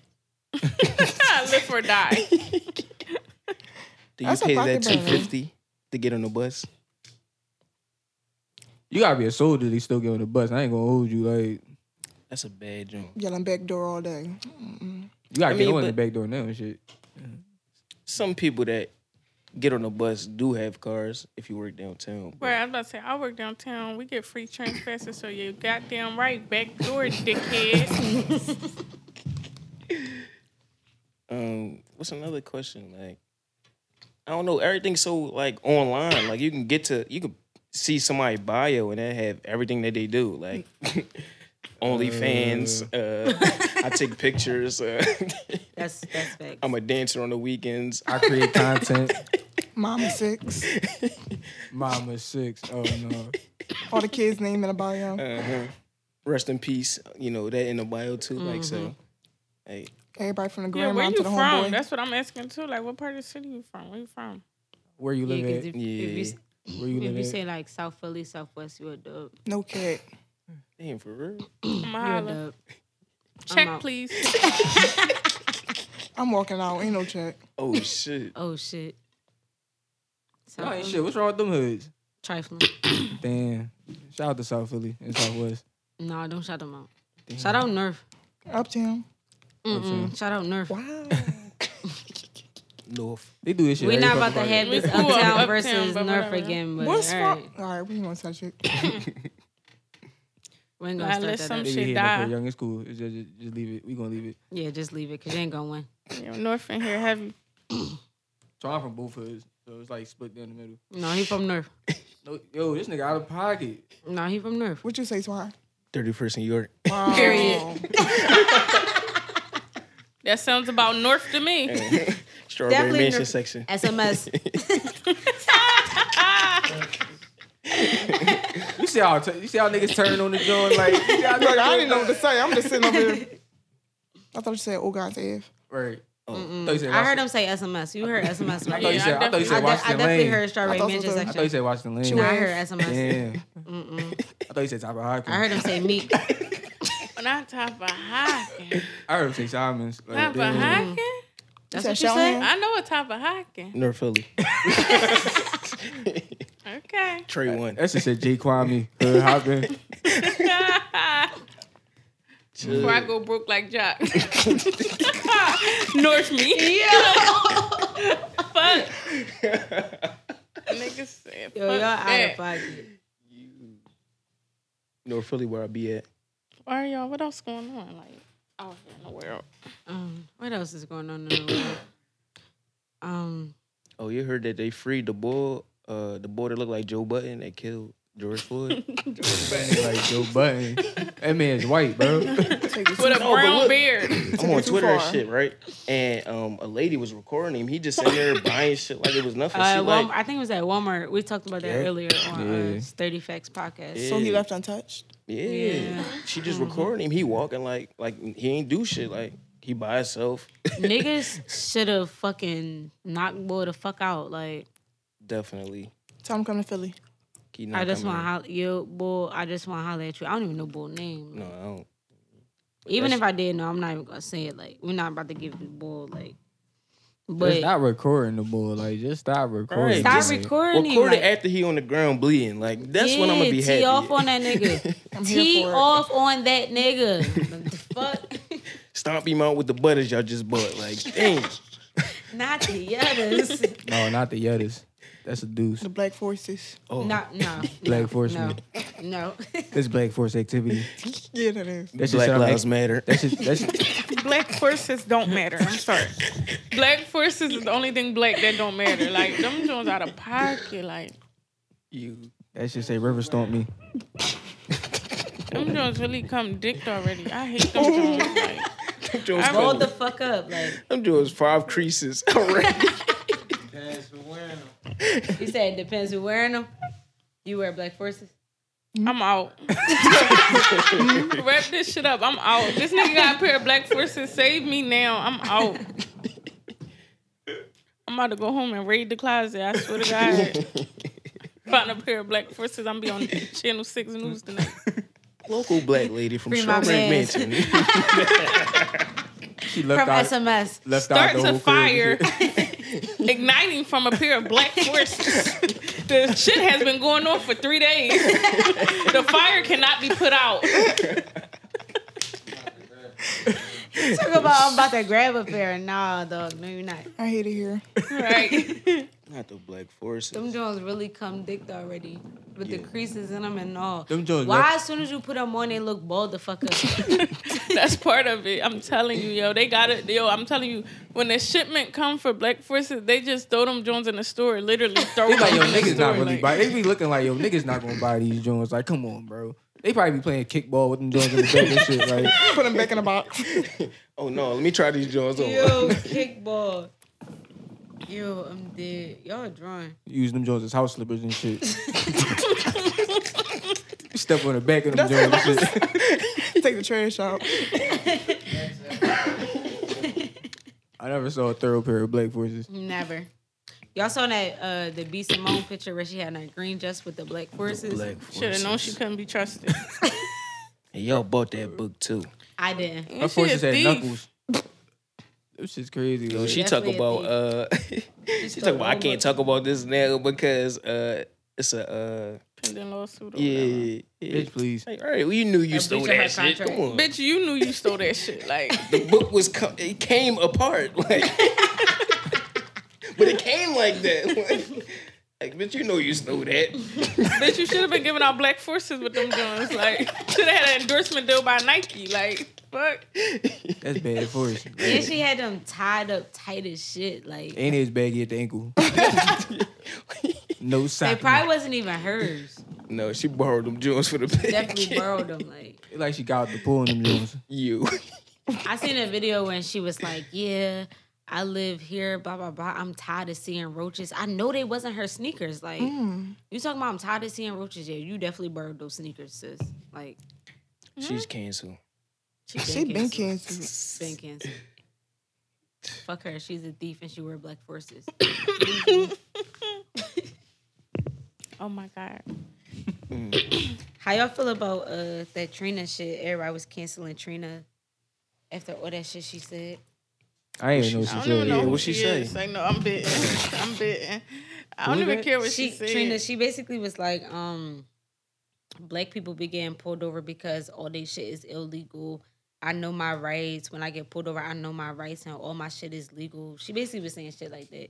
S5: Live or die.
S7: Do you
S6: That's a
S7: pay
S6: pocket
S7: that two
S6: burner.
S7: fifty to get on the bus?
S4: You gotta be a soldier. They still giving the bus. I ain't gonna hold you. Like
S7: That's a bad joint.
S6: Yelling back door all day.
S4: you gotta
S7: I
S4: get
S7: mean,
S4: on the
S7: but-
S4: back door now and shit.
S7: Some people that get on the bus do have cars if you work downtown. but-
S5: Where I was about to say, I work downtown. We get free train passes, so you goddamn right,
S1: [laughs]
S5: back door, dickhead.
S7: Um, what's another question? Like, I don't know. Everything's so like online. Like you can get to you can see somebody bio and they have everything that they do. Like [laughs] OnlyFans. Uh, [laughs] I take pictures. Uh, [laughs]
S1: That's that's fact.
S7: I'm a dancer on the weekends.
S4: I create
S1: [laughs]
S4: content.
S6: Mama six.
S4: Mama six. Oh no.
S6: All the kids' name in a bio.
S7: uh-huh, Rest in peace. You know that in the bio too. Like so. Hey,
S6: Everybody from the
S5: yeah, where
S6: grandma
S5: you
S6: to the
S5: from?
S6: homeboy.
S5: That's what I'm asking too. Like, what part of the city you from? Where you from?
S4: Where you live
S1: Yeah, 'cause if,
S4: at?
S1: if you, s-
S4: Where you
S1: if you
S4: live
S1: say
S4: at?
S1: like South Philly, Southwest, you're a dub.
S6: no cat.
S7: damn for real.
S5: I'ma
S1: You're a
S5: holla.
S1: dub.
S5: Check,
S1: out.
S5: please.
S6: I'm walking out. Ain't no check.
S7: Oh shit.
S1: Oh shit.
S4: No, ain't
S1: Philly.
S4: shit. What's wrong with them hoods?
S1: Trifling.
S4: Damn. Shout out to South Philly and Southwest.
S1: No, don't shout them out. Shout out Nerf.
S6: Uptown.
S4: Uptown.
S1: Mm-mm. Shout out Nerf.
S6: Wow.
S7: North.
S4: They do this shit.
S1: We're
S4: every
S1: not about to
S4: fucking
S1: have
S5: We
S1: this
S5: cool on
S1: uptown
S5: Uptown,
S1: versus
S5: but
S1: Nerf
S5: whatever.
S1: again. But
S6: What's
S1: all
S6: wrong?
S1: right,
S6: All right, we ain't gonna touch it.
S1: we ain't
S5: Nah,
S1: gonna
S5: let
S1: start that. up.
S5: some
S4: party. They
S5: shit
S4: be hating up
S5: die.
S4: here, young. It's cool. It's just, just, just leave it. We gonna leave it.
S1: Yeah, just leave it because you ain't gonna win.
S5: Yeah, North in here heavy.
S4: So I'm from both hoods, so it's like split down the middle.
S1: No, he from Nerf.
S4: No, yo, this nigga out of pocket.
S1: No, he from Nerf.
S6: What you say, Swine?
S7: Thirty first in York.
S1: Period.
S5: That sounds about North to me.
S7: [laughs] Strawberry
S1: Definitely
S7: Mansion
S1: North-
S7: section.
S1: SMS.
S4: You see how t- you see how niggas turn on the joint like you got-
S6: Look, [laughs] I didn't know what to say. I'm just sitting over here. I thought you said, "Oh God's F."
S4: right.
S7: Mm-mm.
S4: thought you
S1: [laughs]
S4: said
S1: I heard
S4: Washington-
S1: him say SMS. You heard SMS,
S4: I thought you
S1: right?
S5: Yeah,
S4: said.
S5: I
S4: I thought you
S1: I,
S4: said
S1: de- I
S4: Washington
S1: definitely
S4: Lane.
S1: heard
S6: I
S1: Strawberry
S6: thought so,
S1: Mansion
S6: too. I
S4: I thought you
S1: section.
S4: said Washington Lane.
S1: No, I heard SMS.
S4: Damn. I thought you said top of hockey.
S1: I heard him say Meek.
S7: [laughs]
S5: when I talk about hiking,
S4: I heard him say Simons. Like,
S5: top of
S4: damn.
S5: hiking.
S1: That's what you
S6: said Shanahan?
S1: said.
S5: I know what type of hiking.
S7: North Philly.
S1: [laughs]
S5: Okay.
S7: Trey one. [laughs]
S4: That shit said J Kwame. Hood hopping.
S5: Before
S7: [laughs]
S5: I go broke
S1: [laughs]
S5: like Jock. [laughs] North me. [laughs] Fuck. Niggas said,
S1: Yo,
S5: fuck
S1: y'all out
S5: that.
S1: of pocket.
S7: North Philly where I be at.
S5: Why are y'all? What else going on? Like out here in the world?
S1: Um, what else is going on in the world? [coughs] Um,
S7: Oh, you heard that they freed the boy, uh, the boy that looked like Joe Button that killed George Floyd.
S4: like Joe Button. That man's white, bro.
S5: With a
S7: No, but
S5: brown
S7: look.
S5: beard.
S7: I'm on
S6: too
S7: Twitter and
S6: far.
S7: shit, right? And um, a lady was recording him. He just sitting there buying shit like it was nothing.
S1: uh,
S7: she
S1: Walmart,
S7: like,
S1: I think it was at Walmart. We talked about that earlier on uh,
S4: Yeah.
S1: 30 Facts podcast.
S6: So he left untouched.
S7: yeah.
S1: Yeah.
S7: She just recording him. He walking like like he ain't do shit. Like he by himself.
S1: Niggas should have fucking knocked boy the fuck out. Like,
S7: Definitely.
S6: Tell him to come to Philly.
S7: He not
S1: I just
S7: coming
S1: want to holler, yo, boy, I just want to holler at you. I don't even know boy name.
S7: in. No, I don't.
S1: Even if I did know, I'm not even going to say it. Like, we're not about to give the boy, like,
S4: Just
S1: [laughs] but
S4: stop recording the boy. Like, just stop recording.
S7: Right,
S1: stop
S7: just-
S4: man.
S1: recording. him,
S7: Record
S1: like,
S7: it after he on the ground bleeding. Like that's when I'm gonna
S1: Yeah,
S7: be
S1: tee
S7: happy.
S1: off on that
S7: [laughs]
S1: nigga.
S6: I'm here
S1: tee
S6: for it.
S1: off on that nigga. the fuck? [laughs]
S7: Stomp him out with the butters y'all just bought. Like dang.
S1: Not the [laughs] others.
S4: No, not the Yettas. That's a deuce.
S6: The Black Forces.
S7: Oh,
S1: Not no.
S4: Black
S1: no,
S4: Force,
S1: No.
S4: man.
S1: no. [laughs]
S4: That's Black Force activity.
S6: Yeah, that is.
S4: That's
S7: Black Lives
S4: man.
S7: Matter.
S4: That's just, that's
S5: [laughs]
S4: just,
S5: Black forces don't matter. I'm sorry. Black forces is the only thing black that don't matter. Like them Jones out of pocket. Like
S7: [laughs] you.
S4: that should say River Stomp me.
S5: them Jones really come dicked already. I hate [laughs] them Jones. Like,
S7: Jones
S1: Roll the fuck up. Like
S7: I'm doing five creases.
S1: [laughs]
S7: [laughs] Alright.
S1: you said, it depends who wearing them. You wear black forces.
S5: I'm out. [laughs] Wrap this shit up. I'm out. This nigga got a pair of black forces. Save me now. I'm out. I'm about to go home and raid the closet. I swear to God. Find a pair of black forces. I'm be on Channel 6 News tonight.
S7: Local black lady from
S1: Free my
S7: Strawberry
S1: mans.
S7: Mansion.
S1: [laughs]
S4: She
S1: From
S4: left out.
S1: SMS.
S4: Left out
S5: Starts
S4: the
S5: a
S4: whole crib
S5: fire
S4: and
S5: [laughs]
S4: shit.
S5: igniting from a pair of black forces. the shit has been going on for three days. the fire cannot be put out.
S1: Talk about I'm about to grab a pair. Nah, dog. No, you're not.
S6: I hate it here. [laughs]
S5: Right.
S7: Not the black
S1: Them
S7: forces.
S1: Jones really come dicked already. With the creases in them and all.
S4: Them Jones
S10: Why
S4: left-
S10: as soon as you put them on, they look bald the fuck up.
S4: [laughs]
S5: [laughs] That's part of it. I'm telling you, yo, they got it. Yo, I'm telling you, when the shipment come for Black Forces, they just throw them Jones in the store.
S4: [laughs]
S5: Literally throw
S4: [laughs] They
S5: them [laughs]
S4: like yo
S5: in the
S4: niggas
S5: store.
S4: not really
S5: like,
S4: buy. They be looking like yo niggas not gonna buy these joints. Like come on, bro. They probably be playing kickball with them joints in the bed and shit. Like
S5: [laughs]
S6: Put them back in a box. [laughs]
S7: Oh no, let me try these joints on.
S1: Yo, [laughs] kickball. Yo, I'm dead. Y'all drawing.
S4: use them joints as house slippers and
S5: [laughs]
S4: shit. Step on the back of them joints
S6: That's
S4: and shit.
S6: Take the trash out.
S4: I never saw a thorough pair of black forces.
S1: Never. Y'all saw that uh the B Simone picture where she had that green dress with the black forces?
S5: Should have known she couldn't be
S4: [laughs]
S5: trusted.
S7: And y'all bought that book too.
S1: I didn't.
S5: And
S4: Her
S5: she a
S4: forces had
S5: thief. [laughs]
S4: knuckles. This shit's crazy.
S7: Yo,
S4: like-
S7: she talk
S1: definitely a
S7: about uh [laughs] she talk about I can't talk about this now because uh it's a uh
S5: Pending lawsuit. Or whatever.
S7: yeah, yeah.
S4: Bitch, please.
S7: Like, all right, well, you knew you
S1: That
S7: stole
S1: bitch on her
S7: that shit.
S1: contract.
S7: Come on.
S5: Bitch, you knew you stole that shit. Like,
S7: the book was co- it came apart [laughs] like but it came like that [laughs] like, like bitch you know you stole that [laughs]
S5: bitch, you should have been giving out Black Forces with them Jones. Like, should have had an endorsement deal by Nike. Like, fuck.
S4: That's bad force.
S1: And she had them tied up tight as shit. Like
S4: Ain't as baggy at the ankle. no sock.
S1: they probably wasn't even hers.
S7: no she borrowed them jewels for the bag
S1: Definitely borrowed Mm-hmm. them. Like
S4: like she got out the pool in them joints.
S7: you
S1: I seen a video when she was like, "Yeah, I live here, blah blah blah. I'm tired of seeing roaches. I know they wasn't her sneakers. Like
S6: Mm. Hmm.
S1: you talking about, I'm tired of seeing roaches. Yeah, you definitely borrowed those sneakers, sis. Like
S7: she's canceled
S1: she
S6: She been
S1: canceled.
S6: canceled.
S1: Been canceled. Fuck her. She's a thief and she wear black forces.
S5: Oh my God.
S1: How y'all feel about uh that Trina shit? Everybody was canceling Trina after all that shit she said.
S4: I ain't even know
S5: I
S4: what
S5: don't
S4: she said.
S5: even know
S7: Yeah,
S5: who
S7: what she say?
S5: is. Like, no, I'm bitten. [laughs] I'm bitten. I don't even care what she,
S1: She,
S5: said.
S1: Trina, she basically was like, um, black people be getting pulled over because all they shit is illegal. I know my rights. When I get pulled over, I know my rights and all my shit is legal. She basically was saying shit like that.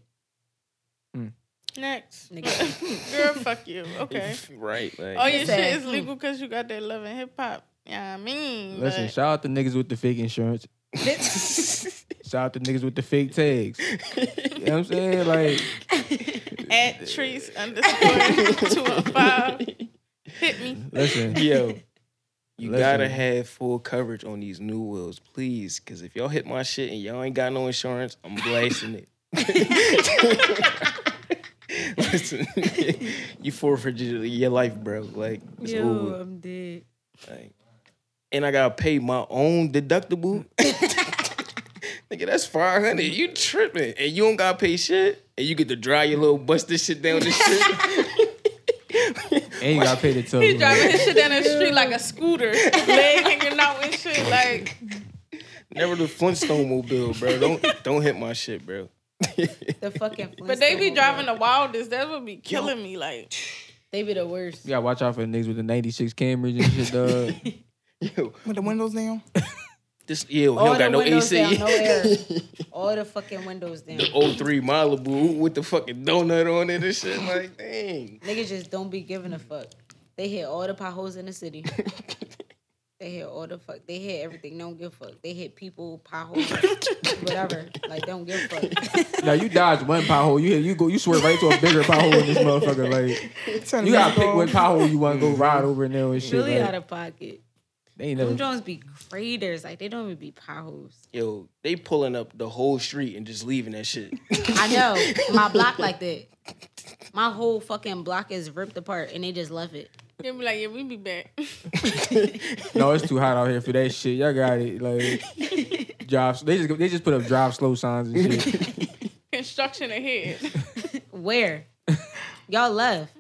S5: Next.
S1: Nigga.
S5: [laughs] Girl, fuck
S4: [laughs]
S5: you. Okay.
S7: right like
S5: Oh, your shit
S1: Listen.
S5: is legal because you got that love and hip hop. Yeah, I mean,
S4: Listen,
S5: but
S4: shout out to niggas with the fake insurance.
S1: [laughs]
S4: shout out to niggas with the fake tags. You know what I'm saying?
S5: [laughs]
S4: Like,
S5: at trees
S4: [laughs]
S5: underscore [laughs] two and five.
S7: [laughs]
S5: Hit me.
S4: listen,
S7: yo you
S4: Listen.
S7: gotta have full coverage on these new wheels please because if y'all hit my shit and y'all ain't got no insurance i'm blasting it Listen, [laughs] you forfeited your life, bro. Like it's over.
S1: I'm dead.
S7: Like, and I gotta pay my own deductible. [laughs] Nigga, that's five hundred. You tripping, and you don't gotta pay shit, and you get to drive your little busted shit down the street.
S4: and you gotta pay the toll.
S5: He driving his shit down the street like a scooter, [laughs] leg hanging out and shit. Like,
S7: Never the Flintstone mobile, bro. Don't don't hit my shit, bro.
S1: The fucking
S5: but they be
S1: Flintstone,
S5: driving
S1: bro.
S5: the wildest. That would be killing me. Like,
S1: They be the worst.
S4: You gotta watch out for the niggas with the 96 Camrys and shit, dog.
S7: yo,
S6: With the windows down.
S7: [laughs] this yo, he
S1: All
S7: don't
S1: the
S7: got no
S1: windows
S7: AC.
S1: down, no air. All the fucking windows down.
S7: [laughs] Oh three Malibu with the fucking donut on it and shit. Like, dang.
S1: Niggas just don't be giving a fuck. They hit all the potholes in the city. they hit all the fuck. They hit everything. Don't give a fuck. They hit people, potholes, whatever. Like don't give a fuck.
S4: now you dodge one pothole, you hit, you go, you swear right to a bigger pothole in this motherfucker. Like,
S6: Turn
S4: you
S6: the
S4: gotta
S6: music
S4: pick
S6: off.
S4: what pothole you wanna go ride over in there and shit.
S1: [laughs] Really
S4: like,
S1: out of pocket.
S4: they ain't
S1: Them
S4: never.
S1: Jones be craters. Like they don't even be potholes.
S7: Yo, they pulling up the whole street and just leaving
S1: [laughs]
S7: that shit.
S1: I know my block like that. My whole fucking block is ripped apart, and they just left it.
S5: They'll be like, yeah, we be back. [laughs]
S4: No, it's too hot out here for that shit. Y'all got it.
S1: [laughs]
S4: Like drops. They just they just put up drive slow signs and shit.
S5: Construction
S4: [laughs]
S5: ahead.
S1: Where? Y'all left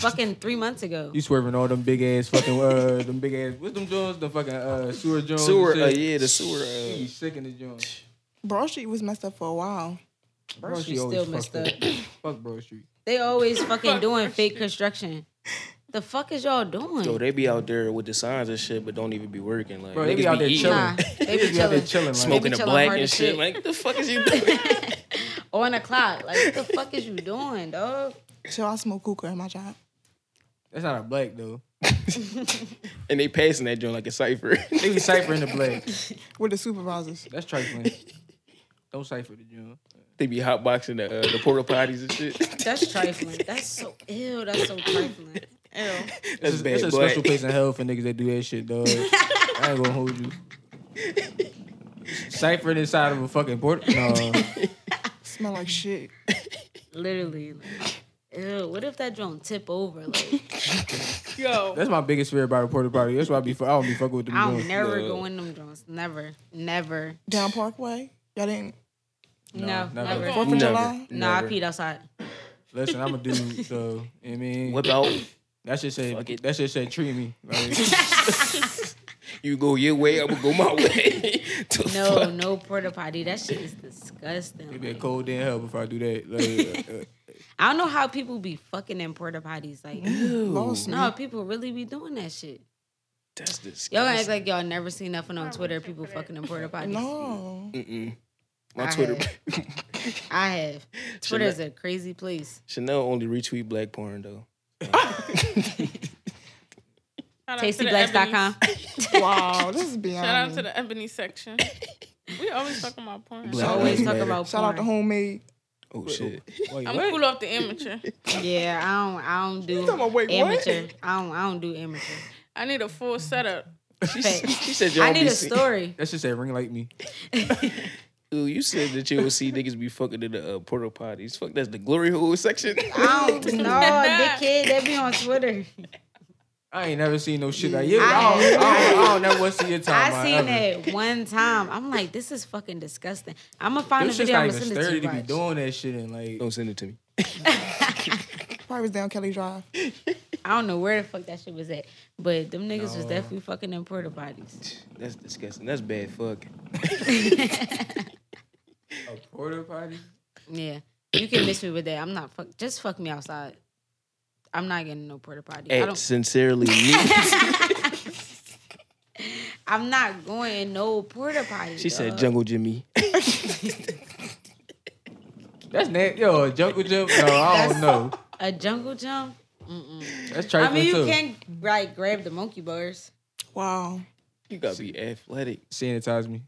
S1: fucking three months ago.
S4: You swerving all them big ass fucking uh them big ass what's them joints? The fucking uh sewer joints. and
S7: Sewer, uh,
S4: shit.
S7: yeah, the sewer. Uh,
S4: You sick in the joint.
S6: Broad Street was messed up for a while.
S4: Bro,
S1: Street still messed up.
S4: Fuck Bro Street.
S1: They always fucking doing fake construction. The fuck is y'all doing?
S7: yo, they be out there with the signs and shit, but don't even be working. Like,
S4: Bro, they
S7: niggas
S4: be out there
S7: eating,
S4: chilling.
S1: Nah, they be
S4: They be out there
S1: chilling.
S4: chilling. Like,
S7: smoking the
S1: chilling
S7: black
S1: hard
S7: and
S1: as
S7: shit.
S1: shit.
S7: Like, what the fuck is you doing?
S1: [laughs] On the clock. Like, what the fuck is you doing, dog?
S6: So I smoke hookah at my job.
S4: that's not a black though.
S1: [laughs]
S7: and they passing that joint like a cipher. [laughs]
S4: They be ciphering the black.
S6: With the supervisors.
S4: That's trifling. Don't cipher the joint.
S7: they be hotboxing the uh, the porta potties and shit. [laughs]
S1: That's trifling. That's so ew. That's so trifling. Ew.
S7: That's
S4: It's,
S7: bad.
S4: it's a
S7: black.
S4: special place in hell for niggas that do that shit, dog. I ain't gonna hold you. Ciphering inside of a fucking port. No,
S6: Smell like shit.
S1: Literally. Like, ew. What if that drone tip over? Like,
S5: Yo,
S4: that's my biggest fear about a porta potty. That's why I be. fu- I don't be fucking with them.
S1: I'll
S4: joints.
S1: never go in them drones. Never. Never.
S6: Down Parkway. Y'all didn't.
S1: No,
S4: never.
S1: never.
S6: Fourth of
S7: Never.
S6: July.
S1: No, I peed outside.
S4: Listen, I'm a dude, so I mean,
S7: Whip out.
S4: that shit
S7: Fuck
S4: said
S7: it.
S4: that shit said treat me. Like,
S7: You go your way, I will go my [laughs] way. The
S1: No,
S7: fuck?
S1: no porta potty. That shit is
S4: it'd be a
S1: disgusting.
S4: cold day in hell before I do that.
S7: [laughs]
S4: Like, uh, uh,
S1: I don't know how people be fucking in porta potties. Like,
S6: Lost me.
S1: no, people really be doing that shit.
S7: that's disgusting.
S1: Y'all act like y'all never seen nothing on Twitter. People fucking in porta potties.
S6: No.
S4: [laughs]
S7: Mm-mm. My
S1: I
S7: Twitter.
S1: I have.
S7: Should
S1: Twitter's a crazy place.
S7: Chanel only retweet black porn though.
S5: shout out to the
S1: TastyBlacks.com.
S6: Wow, this is
S5: Ebony-
S6: beyond.
S5: Shout out
S6: me.
S5: to
S4: Um.
S5: the ebony section. We always talking about
S4: [laughs]
S5: porn.
S7: Black
S1: Always
S7: lives
S1: talk
S7: matter.
S1: about
S6: Shout out to
S1: porn.
S6: homemade.
S7: Oh shit.
S4: [laughs] wait,
S5: I'm
S4: what?
S5: cool off the amateur.
S1: Yeah, I don't. I don't do
S6: talking about, wait, what?
S1: amateur. I don't. I don't do [laughs] amateur.
S5: I need a full setup.
S7: She,
S1: Fact.
S7: she said y'all
S1: I
S7: be
S1: need a
S7: see-
S1: story.
S4: That shit said ring like me.
S7: Ooh, you said that you
S1: [laughs]
S7: would see niggas be fucking in the uh, porta potties. Fuck, that's the glory hole
S1: [laughs]
S7: section.
S1: I don't know, dickhead. That be on Twitter.
S4: I ain't never seen no shit like yeah.
S1: I-
S4: I, don't, I, don't, I don't never want to see your time.
S1: [laughs] I seen it one time. I'm like, this is fucking disgusting. I'm gonna find
S4: Them
S1: a
S4: shit's
S1: video. I'm
S4: not
S1: gonna
S4: even
S1: send it to
S4: sturdy
S1: you.
S4: to be
S1: Watch.
S4: doing that shit and like.
S7: Don't send it to me.
S6: Probably was down Kelly Drive.
S1: I don't know where the fuck that shit was at, but them niggas was definitely fucking in porta potties.
S7: That's disgusting. That's bad. Fuck.
S4: A porta potty?
S1: Yeah, you can miss me with that. I'm not fuck. Just fuck me outside. I'm not getting no porta potty. I
S7: At
S1: don't. [laughs]
S7: sincerely me.
S1: I'm not going in no porta potty.
S7: She said
S1: dawg.
S7: Jungle Jimmy. [laughs]
S4: That's na- yo, a jungle jump? No, I don't know.
S1: a jungle jump.
S4: That's
S1: I
S4: trifling
S1: mean, you
S4: too.
S1: can like grab the monkey bars.
S6: Wow.
S7: You gotta be athletic.
S4: Sanitize me.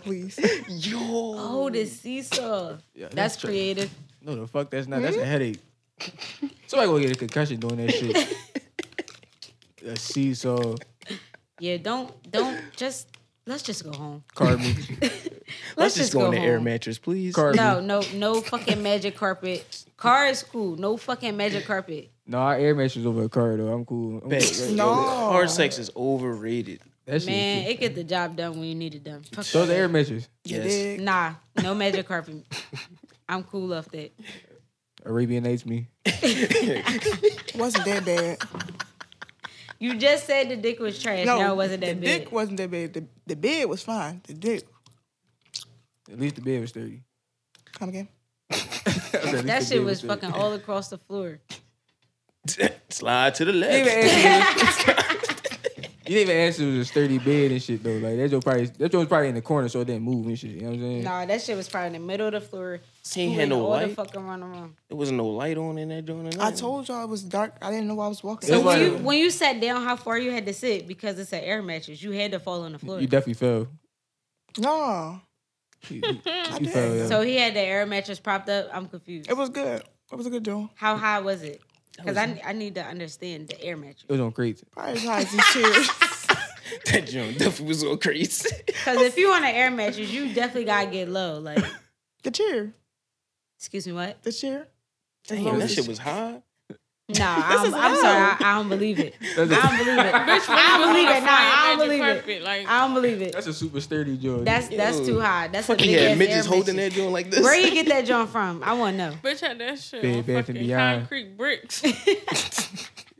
S4: [laughs]
S6: please.
S7: Yo.
S1: Oh, the seesaw.
S4: Yeah,
S1: That's
S4: tri-
S1: creative.
S4: No, the fuck, that's not. That's
S1: Hmm?
S4: a headache. Somebody gonna get a concussion doing that
S1: [laughs]
S4: shit. a seesaw,
S1: Yeah, don't don't just let's just go home.
S4: card me,
S7: Let's, just go on the
S1: home.
S7: air mattress, please.
S4: card
S1: No,
S4: me.
S1: no, no fucking magic carpet. Car is cool. No fucking magic carpet.
S4: No, our air mattress over a car though. I'm cool. I'm
S7: Bet.
S4: cool.
S6: No.
S7: [laughs] Hard sex is overrated.
S4: That shit.
S1: Man,
S4: Man,
S1: it get the job done when you need it done. Fuck
S4: Those
S1: that.
S4: air mattresses.
S6: You
S7: Yes.
S6: dig?
S1: Nah, no magic carpet. I'm cool off that.
S4: Arabian hates me.
S6: Wasn't that bad.
S1: You just said the dick was trash. No, it wasn't that
S6: the
S1: big.
S6: dick wasn't that bad. The, the bed was fine. The dick.
S4: At least the bed was sturdy.
S6: Come again.
S4: At least
S1: that
S4: the
S1: shit
S4: bed
S1: was
S4: sturdy.
S1: fucking all across the floor.
S7: [laughs] Slide to the
S4: You didn't
S7: left.
S4: even ask me. You didn't even ask if it was a sturdy bed and shit though. Like that joint probably that joint was probably in the corner so it didn't move and shit. You know what I'm saying?
S1: Nah, that shit was probably in the middle of the floor.
S7: He ain't had
S1: Moving
S7: no
S1: all oh, the
S7: light.
S1: fucking run around.
S7: There wasn't no light on in that joint. or
S6: I
S7: nothing.
S6: told y'all it was dark. I didn't know I was walking.
S4: It
S1: So
S4: was
S1: when
S4: like-
S1: you, when you sat down, how far you had to sit because it's an air mattress. You had to fall on the floor.
S4: You definitely fell.
S6: no,
S1: [laughs]
S4: You, you- you fell. yeah.
S1: So he had the air mattress propped up. I'm confused.
S6: it was good. It was a good deal.
S1: How high was it? Because I, I need to understand the air mattress.
S4: it was on crates.
S6: Probably as high as these chairs.
S7: [laughs]
S6: [laughs]
S7: that joint definitely was going crazy.
S1: Because if you want an air mattress, you definitely gotta get low. Like,
S6: the chair.
S1: excuse me, what?
S6: The chair.
S7: Damn, that shit was high.
S1: No, I'm, I'm sorry. I, I don't believe it. I don't believe it. I don't believe it. Nah, I don't believe it.
S5: Like,
S1: I don't believe it.
S4: [laughs] That's a super sturdy joint.
S1: That's that's too high. That's a
S7: Fucking
S1: big
S7: had
S1: ass
S7: midgets
S1: midgets
S7: holding that joint like this.
S1: Where you get that joint from? I want to know.
S5: bitch had that shit
S4: Bed
S5: on
S4: Bath and
S5: fucking
S4: Beyond.
S5: concrete bricks.
S1: [laughs]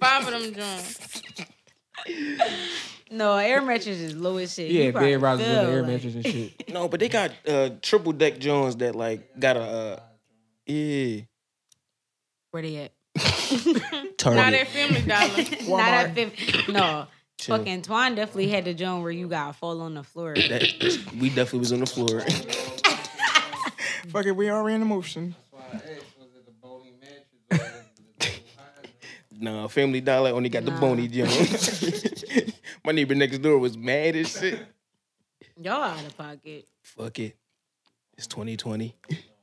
S5: Five of them joints.
S1: No, air mattress is low as shit.
S4: yeah,
S1: You probably
S4: bed rises on
S1: feel
S4: the air
S1: like-
S4: mattress and
S1: [laughs]
S4: shit.
S7: [laughs] No, but they got uh, triple deck joints that like got a uh, yeah.
S1: Where they at?
S5: Now that
S1: [laughs]
S5: family dollar.
S1: Not at fifth. No,
S7: Chill.
S1: fucking Twan definitely had the joint where you got fall on the
S7: [coughs]
S1: floor.
S7: [laughs] That- we definitely was on the floor. [laughs]
S6: Fuck it, we already in motion.
S4: [laughs]
S7: nah, Family Dollar only got the bony
S1: [laughs]
S7: joint. My neighbor next door was mad as shit.
S1: Y'all out of pocket. [laughs]
S7: Fuck it. It's 2020.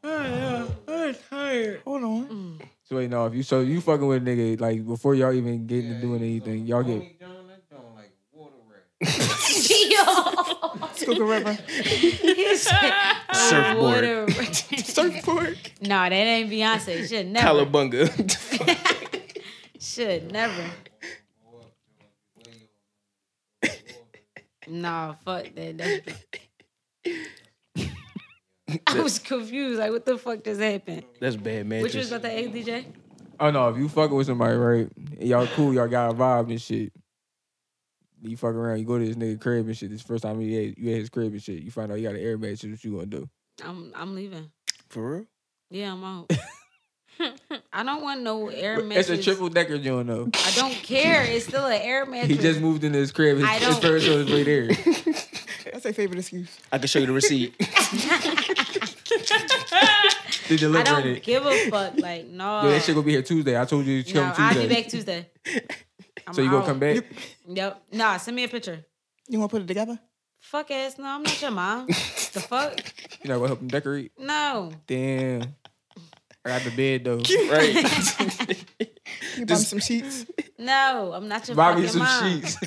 S6: Hold on.
S4: So wait, no, if you so you fucking with a nigga like before y'all even getting to doing anything, y'all get
S6: Scuba River.
S7: Surfboard. [laughs] Surfboard.
S1: No, that ain't Beyonce. Should never. [laughs]
S7: Calabunga.
S1: Should never. nah, fuck that.
S7: [laughs]
S1: That's... [laughs] I was confused. Like, what the fuck just happened?
S7: [laughs] That's bad man.
S1: Which was about the ask DJ?
S4: Oh no, if you fucking with somebody, right? and Y'all cool, y'all got a vibe and shit. You fuck around, you go to this nigga crib and shit. This first time you at, you at his crib and shit. You find out you got an air mattress. What you gonna do?
S1: I'm I'm leaving.
S7: For real?
S1: Yeah, I'm
S4: [laughs]
S1: out. I don't want no air
S4: It's
S1: mattress.
S4: a triple decker joint though.
S1: [laughs] I don't care. It's still an air mattress.
S4: [laughs] He just moved into his crib. His,
S1: I
S4: his
S1: don't-
S4: first one was right there.
S6: [laughs] That's a favorite excuse.
S7: I can show you
S1: [laughs]
S7: the receipt. [laughs]
S1: [laughs]
S4: They
S1: I
S4: delivered
S1: don't
S4: it.
S1: give a fuck. Like, no.
S4: [laughs] Yo, that shit gonna be here Tuesday. I told you to
S1: no,
S4: come
S1: I'll
S4: Tuesday.
S1: be back Tuesday.
S4: [laughs]
S1: I'm
S4: so you gonna
S1: out.
S4: come back?
S1: Yep. Nah, send me a picture.
S6: You want to put it together?
S1: Fuck ass. No, I'm not your
S4: [laughs]
S1: mom. the fuck?
S4: You know, gonna help him decorate.
S1: No. [laughs]
S4: Damn. I got the bed though.
S7: right.
S6: You buy me some sheets.
S1: No, I'm not your
S4: Buy me
S1: fucking
S4: some
S1: mom.
S4: sheets.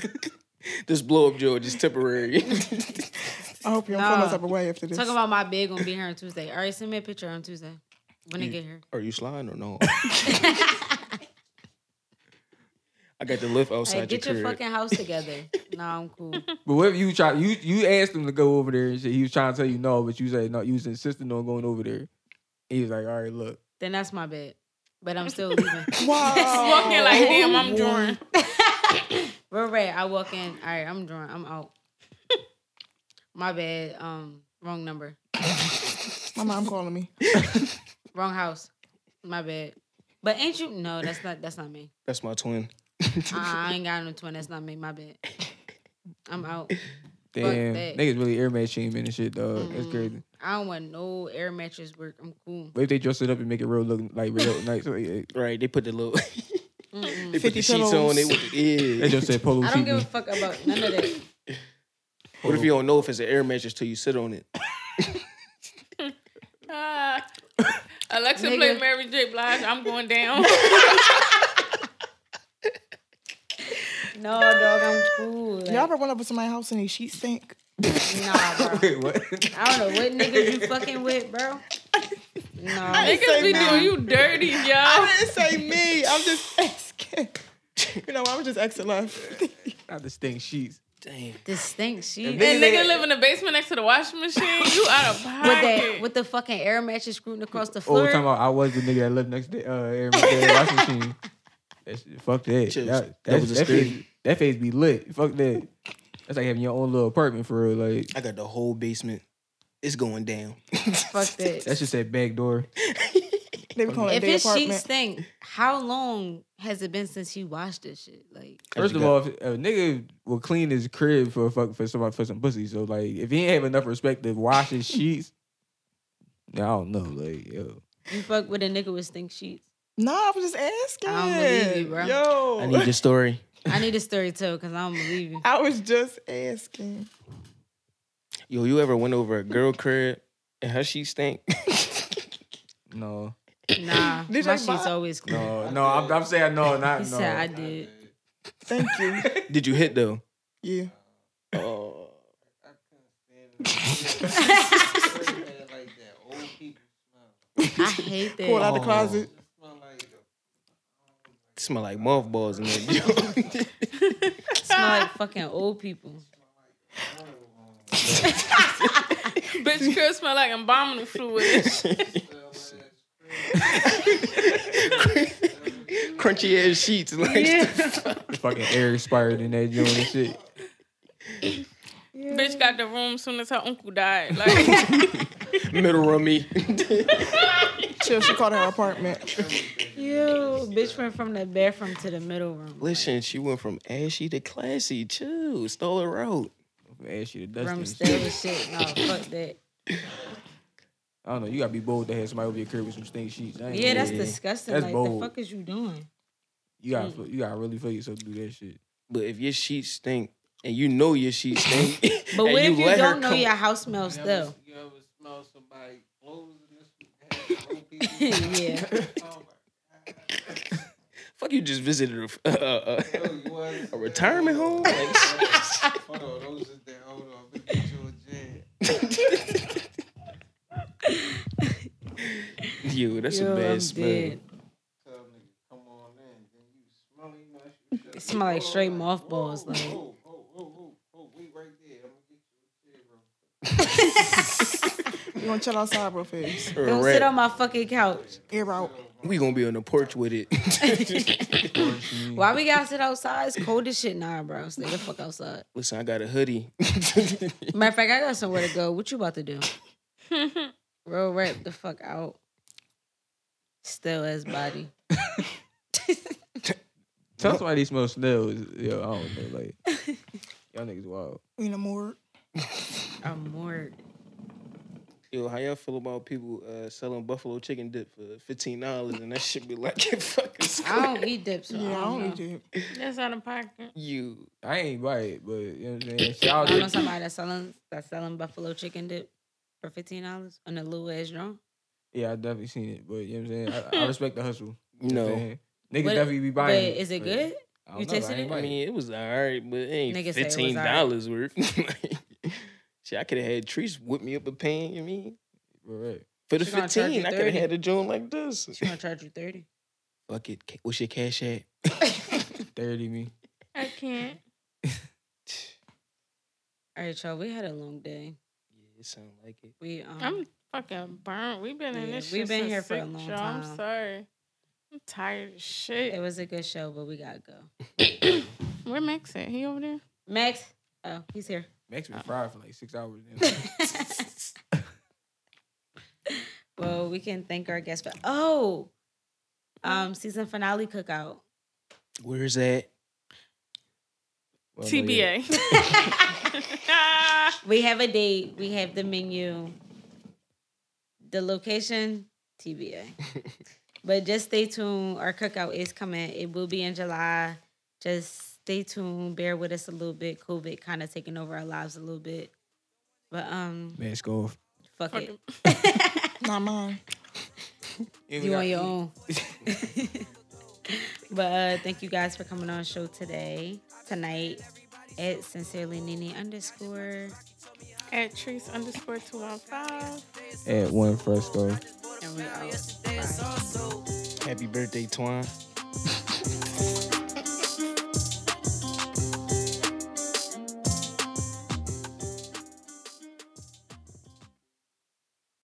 S7: This blow up joint is temporary.
S6: I hope you don't feel no
S1: Nah.
S6: type of way after this.
S1: Talk about my bed gonna be here on Tuesday. All right, send me a picture on Tuesday when they get here.
S7: Are you sliding or [laughs] no?
S1: [laughs]
S4: [laughs]
S7: I got the lift outside
S1: Hey, get
S7: your
S1: your
S7: crib.
S1: fucking house
S7: [laughs]
S1: together. no, I'm cool.
S4: But what if you try you you asked him to go over there and shit. He was trying to tell you no, but you said no, you was insisting on going over there. He was like, all right, look.
S1: Then that's my bed. But I'm
S7: [laughs]
S1: still leaving. [laughs]
S6: wow.
S5: Walking like, damn, I'm drawing.
S1: Real red. I walk in. All right, I'm drunk. I'm out. my bad. Um, wrong number.
S6: My mom calling me.
S1: Wrong house. My bad. But ain't you? No, that's not. That's not me.
S7: That's my twin.
S1: I, I ain't got no twin. That's not me. My bad. I'm out.
S4: Damn.
S1: that. Mm-hmm.
S4: Niggas really air match shaming and shit, dog. That's crazy.
S1: I don't want no air mattress work. I'm cool.
S4: What if they dress it up and make it real look
S1: [laughs]
S4: like real nice? Like, eh,
S7: Right, they put the little [laughs] they put
S6: 50
S7: the sheets on. They
S6: pillows.
S7: with the,
S4: They
S7: yeah.
S4: just said polo
S1: I don't give a
S4: TV.
S1: fuck about none of that.
S7: What if you don't know if it's an air mattress till you sit on it?
S5: Ah. Alexa
S1: Nigga.
S5: play Mary J. Blige. I'm
S1: [laughs]
S5: going down.
S1: No, dog, I'm cool. Like,
S6: Y'all ever went up to somebody's house and they sheets stink?
S1: nah, bro.
S4: Wait, [laughs] what?
S1: I don't know what niggas you fucking with, bro. [laughs] No,
S5: Niggas be doing you dirty, yo.
S6: I didn't say me. I'm just [laughs] asking. You know, I'm just asking love.
S4: Not the stink sheets.
S1: the stink sheet. With
S5: And nigga live in the basement next to the washing machine. You out of pocket.
S1: that, with the fucking air mattress screwing across the
S4: Oh,
S1: floor.
S4: we're talking about I was the nigga that lived next to uh air match air
S1: [laughs]
S4: washing machine. That shit, fuck that.
S7: Chips.
S4: That,
S7: That
S4: was
S7: was a
S4: that
S7: scary-
S4: phase, that phase be lit. Fuck that. That's like having your own little apartment for real. Like
S7: I got the whole basement. It's going down. [laughs]
S1: Fuck that.
S4: that's just that back door.
S6: [laughs] They be calling it
S1: if
S6: their
S1: his sheet
S6: apartment.
S1: stink, how long has it been since you washed this shit? Like,
S4: First of
S7: got-
S4: all, if a nigga will clean his crib for fuck for somebody for some pussy. So like, if he ain't have enough respect to wash his sheets, [laughs] I don't know. Like, yo,
S1: you fuck with a nigga with stink sheets.
S6: Nah, I was just asking.
S1: I don't believe you, bro.
S6: Yo. I, [laughs]
S7: your story.
S1: I need a story too, cause I don't believe [laughs] you.
S6: was just asking.
S7: Yo, you ever went over a girl crib and her sheets stink?
S4: no,
S1: Nah,
S6: Did
S1: my
S6: I buy-
S1: sheets always clean.
S4: no, no. I'm, I'm
S1: [laughs]
S4: saying no, not
S1: he
S4: no.
S1: said I did.
S6: Thank you.
S7: [laughs] [laughs] Did you hit though?
S6: Yeah.
S7: Oh,
S1: I hate that.
S6: Pulled out the closet.
S7: Smell like mothballs in [laughs] there.
S11: Smell like fucking old people.
S1: [laughs]
S5: Bitch, Chris smell like abominable fluid.
S7: Crunchy ass sheets. Like
S4: Fucking air expired in that joint and shit.
S5: Bitch got the room soon as her uncle died.
S1: [laughs]
S5: Like,
S7: middle room me.
S6: Chill, she called her apartment.
S1: You bitch went from the bathroom to the middle room.
S7: Listen, she went from ashy to classy. Chill. Stole her out.
S4: Ask you to dust
S1: From
S4: this
S1: stale
S4: shit.
S1: shit. No, fuck that.
S4: I don't know. You gotta be bold to have somebody over your crib with some stink sheets. I ain't
S1: Yeah,
S4: gonna
S1: that's
S4: lie.
S1: disgusting.
S4: That's
S1: like,
S4: bold.
S1: the fuck is you doing? Mm.
S4: You gotta, feel- you gotta really feel yourself to do that shit.
S7: But if your sheets stink and you know your sheets stink,
S1: [laughs] But
S7: and
S1: what if you
S7: let her
S1: don't know
S7: come-
S1: your house smells
S12: You
S1: though?
S12: ever, you ever smell somebody clothes in this?
S1: yeah. [laughs]
S12: Oh
S7: [laughs] Fuck, you just visited a, f- [laughs] uh, uh, uh, a
S12: A
S7: retirement
S1: [laughs]
S7: home. Like,
S12: Hold on, those is there. Hold on, let me get you a jam.
S7: yo, that's
S1: Yo,
S7: a bad
S1: I'm
S7: smell.
S1: dead.
S12: Tell nigga, come on in. Then you smelly mush. you shut
S1: It
S12: the
S1: smell like
S12: door,
S1: straight mothballs.
S12: Whoa,
S1: Like,
S12: whoa, whoa, whoa, whoa, whoa, wait oh, right there. I'm gonna get you a jam, bro.
S6: You want to chill outside real fast?
S7: Or a
S1: don't
S7: rat.
S1: sit on my fucking couch.
S6: Air out.
S7: we gonna be on the porch with
S1: [laughs]
S7: it. [laughs]
S1: Why we gotta sit outside? It's cold as shit. Nah, bro. Stay the fuck outside.
S7: Listen, I got a hoodie. [laughs]
S1: Matter of fact, I got somewhere to go. What you about to do? Roll rap the fuck out. Still as body.
S4: Tell somebody they smell snail. is- Yo, I don't know. Like, y'all niggas wild.
S6: You know, more.
S1: I'm more.
S7: Yo, how y'all feel about people uh, selling buffalo chicken dip for fifteen dollars and that shit be like [laughs] fucking
S1: I don't eat dips. So
S6: Yeah, I
S1: I
S6: don't
S1: don't
S6: need you.
S5: that's out of pocket.
S7: you?
S4: I ain't buy it, but you know what I'm saying?
S1: I
S4: Shout
S1: know
S4: out to
S1: somebody that's selling that's selling buffalo chicken dip for fifteen dollars on the little edge drunk.
S4: Yeah, I definitely seen it, but you know what I'm saying?
S1: [laughs]
S4: I, I respect the hustle. You know what I'm
S7: No,
S4: saying? Niggas
S1: But-
S4: definitely be
S1: But
S4: buying
S1: is it good?
S4: I don't
S1: You
S4: know, I
S1: tasted
S4: ain't
S1: it?
S4: buy
S7: I mean it was alright, but it ain't
S1: Nigga say it was
S7: fifteen
S1: alright.
S7: dollars worth. [laughs] Like, shit, I could have had trees whip me up a pan. You mean
S4: But, right.
S7: for the
S1: She gonna charge
S7: fifteen?
S1: you
S7: I could have
S1: 30.
S7: had a joint like this.
S1: She's gonna charge you thirty.
S7: Fuck it. Ca- What's your
S1: [laughs]
S7: cash at? [laughs]
S4: 30 me.
S5: I can't.
S1: All right, y'all. We had a long day.
S7: Yeah, it sound like it.
S1: We um.
S5: I'm fucking burnt. We've been in
S1: Yeah,
S5: this.
S1: we
S5: shit
S1: been
S5: since
S1: here for a
S5: six,
S1: long
S5: y'all.
S1: time.
S5: I'm sorry. I'm tired as
S1: it
S5: shit.
S1: was a good show, but we gotta go.
S5: Where Max at? He over there?
S1: Max. Oh, he's [laughs] here.
S4: Max been fried for like six hours. now.
S1: [laughs] well, we can thank our guests for oh, um, season finale cookout.
S7: Where's that?
S4: Well, no,
S1: [laughs]
S4: yeah.
S5: TBA.
S1: We have a date. We have the menu. The location, TBA. but just stay tuned. Our cookout is coming. It will be in July. Just stay tuned. Bear with us a little bit. COVID kind of taking over our lives a little bit. But um,
S4: Mask off.
S1: fuck it.
S6: Not mine.
S1: You on your own. but uh, thank you guys for coming on show today, tonight at sincerely Nini underscore
S5: [laughs] at trees underscore two one five.
S4: At one fresco.
S1: and we out.
S7: Happy birthday, Twine.